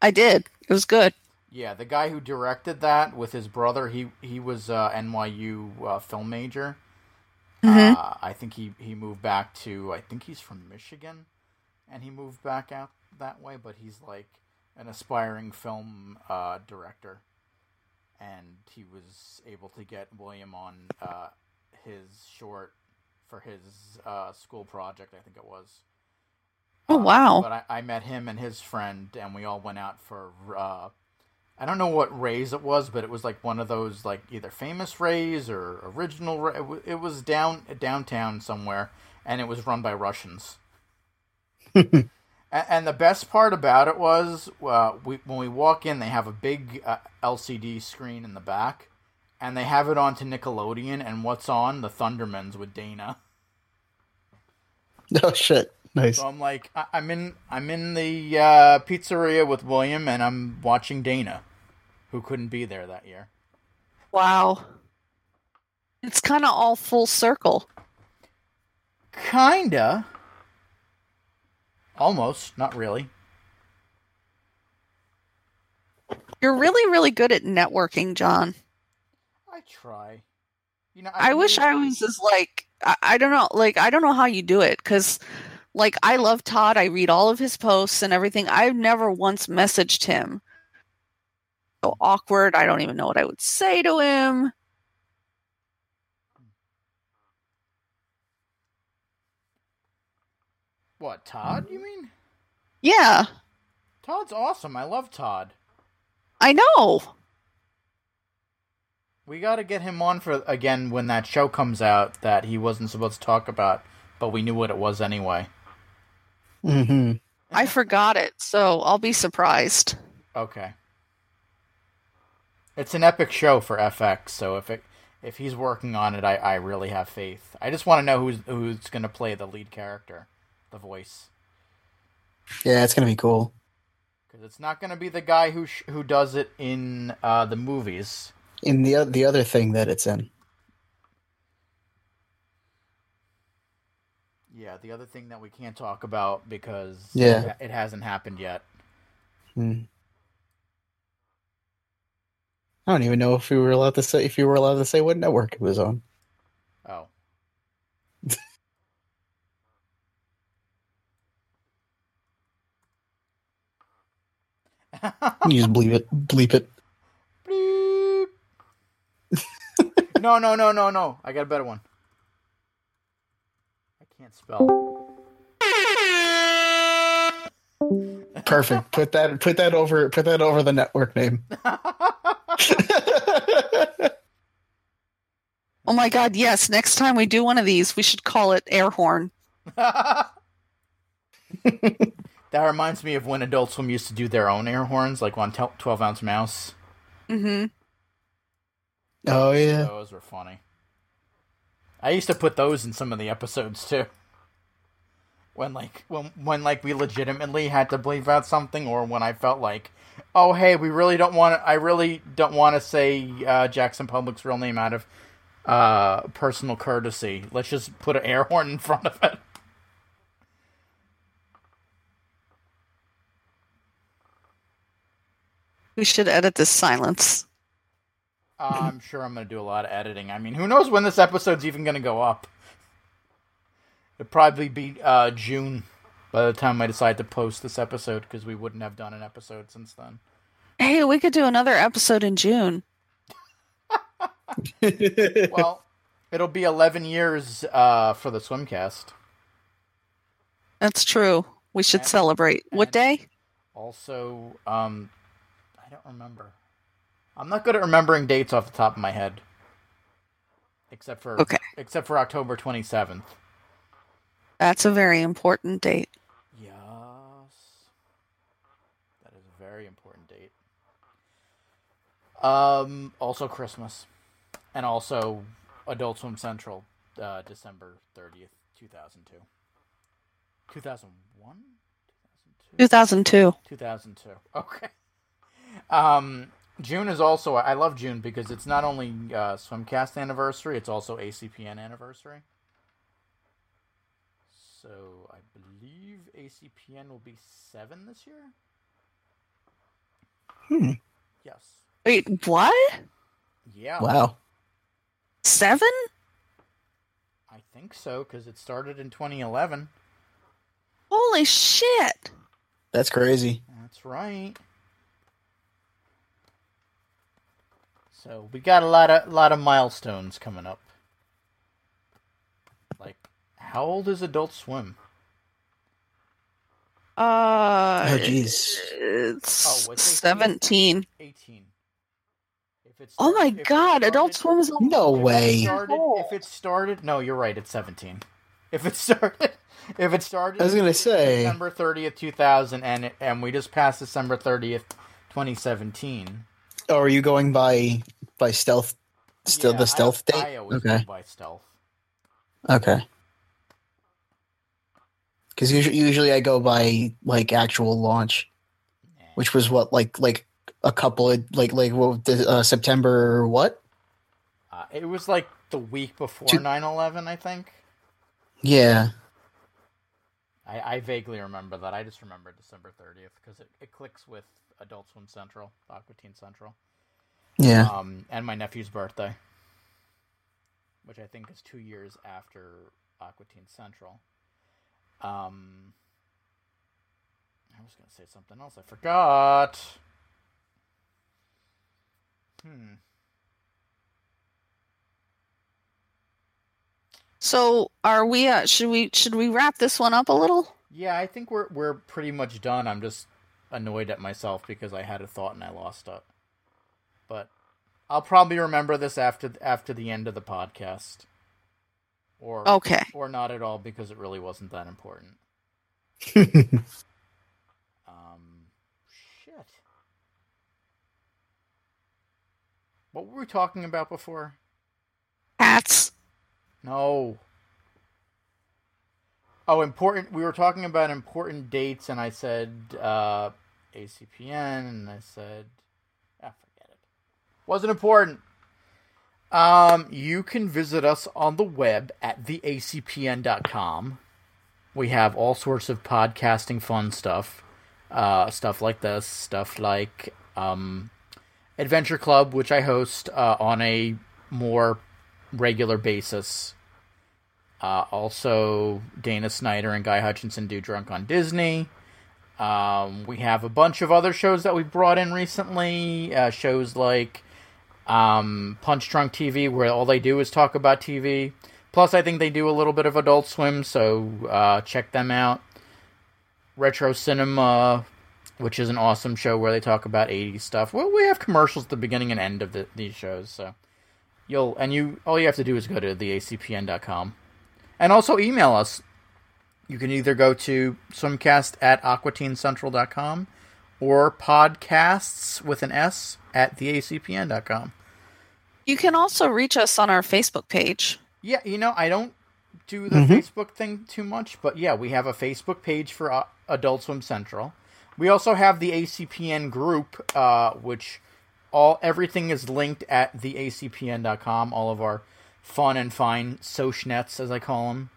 I did. It was good.
Yeah, the guy who directed that with his brother, he he was uh, NYU uh, film major.
Mhm.
Uh, I think he, he moved back to I think he's from Michigan, and he moved back out that way. But he's like an aspiring film uh, director, and he was able to get William on uh, his short for his uh, school project. I think it was. Uh,
Oh wow!
But I, I met him and his friend, and we all went out for. Uh, I don't know what Rays it was, but it was like one of those like either famous Rays or original. Ra- it w- It was down downtown somewhere, and it was run by Russians. A- And the best part about it was uh, we, when we walk in, they have a big uh, LCD screen in the back, and they have it on to Nickelodeon. And what's on? The Thundermans with Dana.
Oh shit! Nice.
So I'm like, I- I'm in, I'm in the uh, pizzeria with William, and I'm watching Dana, who couldn't be there that year.
Wow. It's kind of all full circle.
Kinda. Almost, not really.
You're really, really good at networking, John.
I try. You know,
I wish I
really-
was as like I, I don't know, like I don't know how you do it because, like, I love Todd. I read all of his posts and everything. I've never once messaged him. So awkward. I don't even know what I would say to him.
What Todd? You mean
Yeah,
Todd's awesome. I love Todd.
I know.
We got to get him on for again when that show comes out that he wasn't supposed to talk about, but we knew what it was anyway.
Mm-hmm.
I forgot it, so I'll be surprised.
Okay. It's an epic show for FX, so if it if he's working on it, I, I really have faith. I just want to know who's who's going to play the lead character, the voice,
Yeah, it's gonna be cool.
because it's not going to be the guy who sh- who does it in uh, the movies.
In the o- the other thing that it's in.
Yeah, the other thing that we can't talk about because
Yeah.
it hasn't happened yet.
Hmm. I don't even know if we were allowed to say if you were allowed to say what network it was on.
Oh.
You just bleep it, bleep it.
Bleep. no, no, no, no, no. I got a better one. I can't spell.
Perfect. Put that put that over put that over the network name.
Oh my god, yes. Next time we do one of these, we should call it air horn.
that reminds me of when Adult Swim used to do their own air horns, like on tel- 12 Ounce Mouse.
Mm-hmm.
oh yeah.
Those were funny. I used to put those in some of the episodes too. When like when when like we legitimately had to bleep out something, or when I felt like, oh hey, we really don't want to. I really don't want to say uh, Jackson Public's real name out of uh, personal courtesy. Let's just put an air horn in front of it.
We should edit this silence.
Uh, I'm sure I'm going to do a lot of editing. I mean, who knows when this episode's even going to go up? It'll probably be uh, June by the time I decide to post this episode because we wouldn't have done an episode since then.
Hey, we could do another episode in June.
Well, it'll be 11 years uh, for the Swimcast.
That's true. We should
And-
celebrate. What
and-
day?
Also, um, I don't remember. I'm not good at remembering dates off the top of my head, except for
Okay.
except for October 27th.
That's a very important date.
Yes. That is a very important date. Um, also Christmas. And also Adult Swim Central, uh, December 30th, 2002. 2001? 2002?
2002.
2002. Okay. Um, June is also, I love June because it's not only uh, Swimcast anniversary, it's also ACPN anniversary. So I believe ACPN will be seven this year.
Hmm.
Yes.
Wait, what?
Yeah.
Wow.
Seven?
I think so because it started in 2011.
Holy shit.
That's crazy.
That's right. So we got a lot of lot of milestones coming up. Like, how old is Adult Swim?
Uh,
Oh, jeez.
It's
Oh, what's it?
17.
Eighteen. If it's
Oh my god, Adult Swim is
No
if it
way.
started- if it started, no, you're right. It's seventeen. If it started, if it started,
I was gonna say.
December thirtieth, two thousand, and and we just passed December thirtieth, twenty seventeen.
Oh, are you going by by stealth? Still the stealth
I,
date.
I always
Okay.
go by stealth.
Okay. Because usually, usually I go by like actual launch,
Nah.
which was what like like a couple of like like what uh, September what?
Uh, it was like the week before
Two-
9-11, I think.
Yeah.
I, I vaguely remember that. I just remember December 30th because it, it clicks with Adult Swim Central, Aqua Teen Central,
Yeah.
um, and my nephew's birthday, which I think is two years after Aqua Teen Central. Um, I was going to say something else. I forgot. Hmm.
So are we uh, should we should we wrap this one up a little?
Yeah, I think we're we're pretty much done. I'm just annoyed at myself because I had a thought and I lost it. But I'll probably remember this after after the end of the podcast. Or
Okay.
or not at all because it really wasn't that important. Um shit. What were we talking about before?
Cats.
No. Oh, important. We were talking about important dates, and I said uh, ACPN, and I said, ah, forget it. Wasn't important. Um, you can visit us on the web at theacpn.com. We have all sorts of podcasting fun stuff, uh, stuff like this, stuff like um, Adventure Club, which I host uh, on a more regular basis. Uh, also, Dana Snyder and Guy Hutchinson do Drunk on Disney. Um, we have a bunch of other shows that we brought in recently. Uh, shows like um, Punch Drunk TV, where all they do is talk about TV. Plus, I think they do a little bit of Adult Swim, so uh, check them out. Retro Cinema, which is an awesome show where they talk about 80s stuff. Well, we have commercials at the beginning and end of the, these shows, so you'll and you all you have to do is go to theacpn.com and also email us you can either go to swimcast at aquatinencentral.com or podcasts with an s at theacpn.com
You can also reach us on our Facebook page.
yeah you know i don't do the facebook thing too much but yeah we have a facebook page for uh, adult swim central we also have the acpn group uh, which all everything is linked at theacpn.com all of our fun and fine sochnets as i call them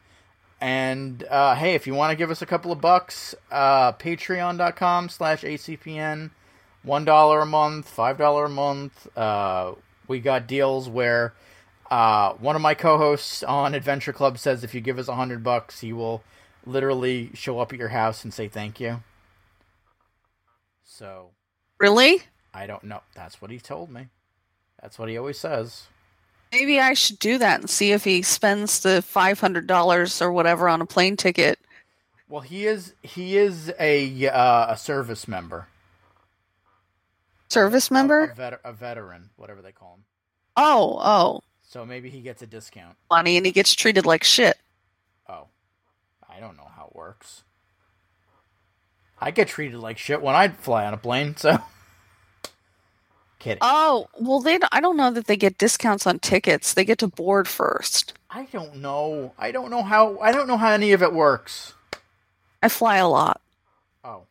and uh, hey if you want to give us a couple of bucks uh, patreon.com slash acpn one dollar a month five dollar a month uh, we got deals where uh, one of my co-hosts on adventure club says if you give us a hundred bucks he will literally show up at your house and say thank you so
Really?
I don't know. That's what he told me. That's what he always says.
Maybe I should do that and see if he spends the five hundred dollars or whatever on a plane ticket.
Well, he is he is a uh, a service member,
Service
A-
member?
a, vet- a veteran, whatever they call him.
Oh, oh,
So maybe he gets a discount.
money, and he gets treated like shit.
Oh, I don't know how it works. I get treated like shit when I fly on a plane. So, kidding.
Oh, well, they. don't- I don't know that they get discounts on tickets. They get to board first.
I don't know. I don't know how. I don't know how any of it works.
I fly a lot.
Oh.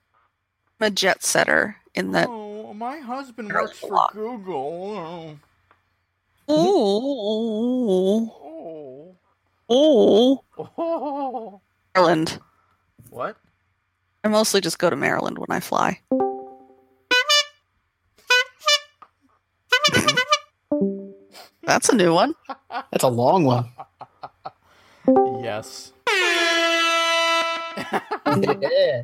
I'm a jet setter. In that.
Oh, my husband
There's
works
a
for
lot.
Google.
Oh,
Oh.
oh,
Oh.
Maryland.
What?
I mostly just go to Maryland when I fly. That's a new one.
That's a long one.
Yes.
yeah.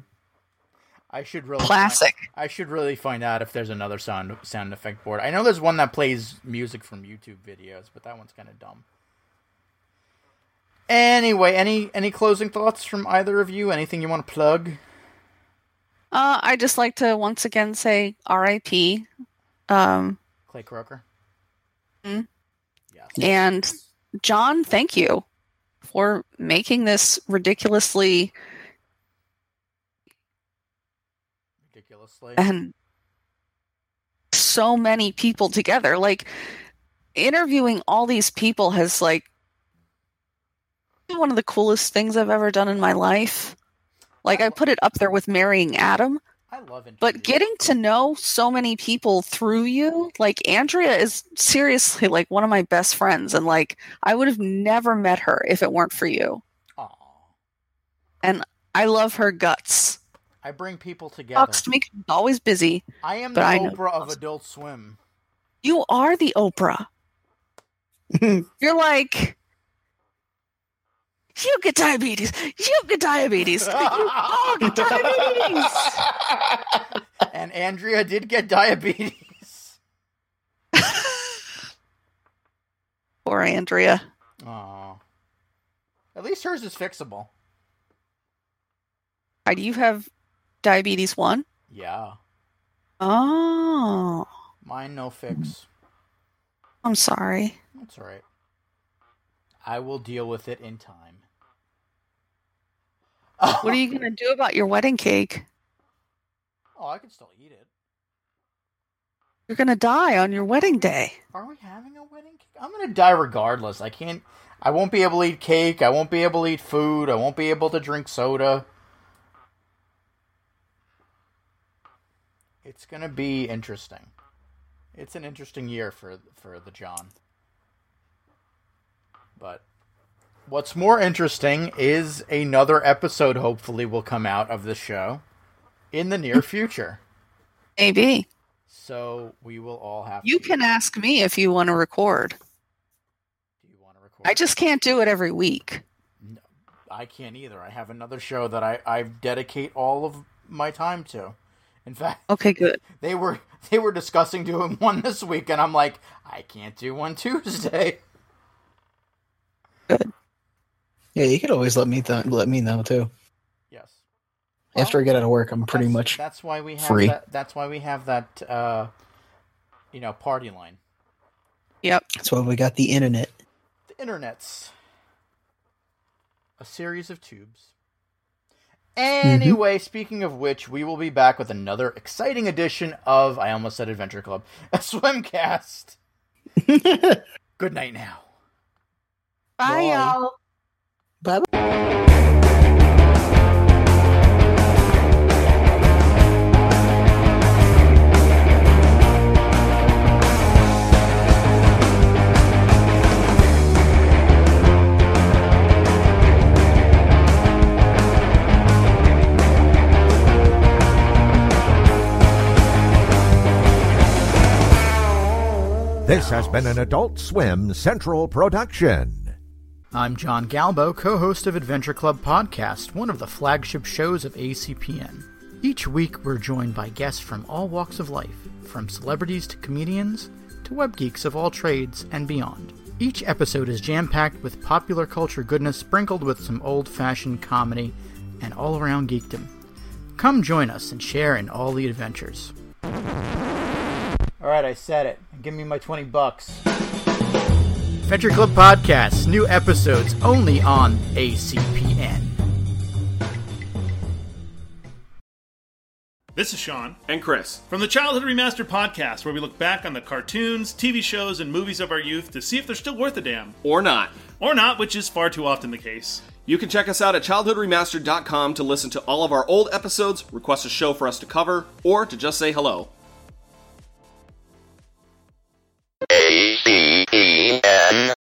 I should really
Classic.
I should really find out if there's another sound sound effect board. I know there's one that plays music from YouTube videos, but that one's kind of dumb. Anyway, any any closing thoughts from either of you? Anything you want to plug?
Uh, I just like to once again say R.I.P. Um,
Clay Croker.
Hmm?
Yes.
and John, thank you for making this ridiculously
Ridiculously.
and so many people together. Like interviewing all these people has like been one of the coolest things I've ever done in my life. Like I put it up there with marrying Adam.
I love it.
but getting to know so many people through you like andrea is seriously like one of my best friends and like i would have never met her if it weren't for you
Aw.
i love her guts
I bring people together.
talks to me 'cause she's always busy
I am the
but I know-
Oprah of Adult Swim.
you are the oprah you're like you get diabetes you get diabetes you all get diabetes
and Andrea did get diabetes.
poor andrea
Aw. At least hers is fixable.
Uh, do you have diabetes one?
Yeah.
Oh,
Mine no fix.
i'm sorry
That's all right. I will deal with it in time.
What are you going to do about your wedding cake?
Oh, I can still eat it.
You're going to die on your wedding day.
Are we having a wedding cake? I'm gonna die regardless. I can't. I won't be able to eat cake. I won't be able to eat food. I won't be able to drink soda. It's gonna be interesting. It's an interesting year for for the John. But what's more interesting is another episode. Hopefully, will come out of the show in the near future.
Maybe.
So we will all have.
You
to,
can ask me if you want to record.
Do you want to record?
I just can't do it every week.
I can't either. I have another show that I I dedicate all of my time to. In fact,
Okay, good.
they were they were discussing doing one this week, and I'm like, I can't do one Tuesday.
Yeah, you could always let me th- let me know too.
Yes,
After I get out of work, I'm pretty
That's-
much
That's why we have
free.
That, that's why we have that uh, you know party line,
Yep.
that's why we got the internet.
the internet's a series of tubes. Anyway, speaking of which, we will be back with another exciting edition of I almost said Adventure Club, a swimcast. Good night now.
Bye,
Bye.
y'all.
Bye.
This has been an Adult Swim Central production.
I'm John Galbo, co host of Adventure Club Podcast, one of the flagship shows of ACPN. Each week, we're joined by guests from all walks of life, from celebrities to comedians to web geeks of all trades and beyond. Each episode is jam packed with popular culture goodness sprinkled with some old fashioned comedy and all around geekdom. Come join us and share in all the adventures. All right, I said it. Give me my 20 bucks. Adventure Club Podcasts, new episodes only on ACPN.
This is Sean
And Chris.
from the Childhood Remastered podcast, where we look back on the cartoons, TV shows, and movies of our youth to see if they're still worth a damn.
or not.
Or not, which is far too often the case.
You can check us out at childhoodremastered.com to listen to all of our old episodes, request a show for us to cover, or to just say hello.
A C E N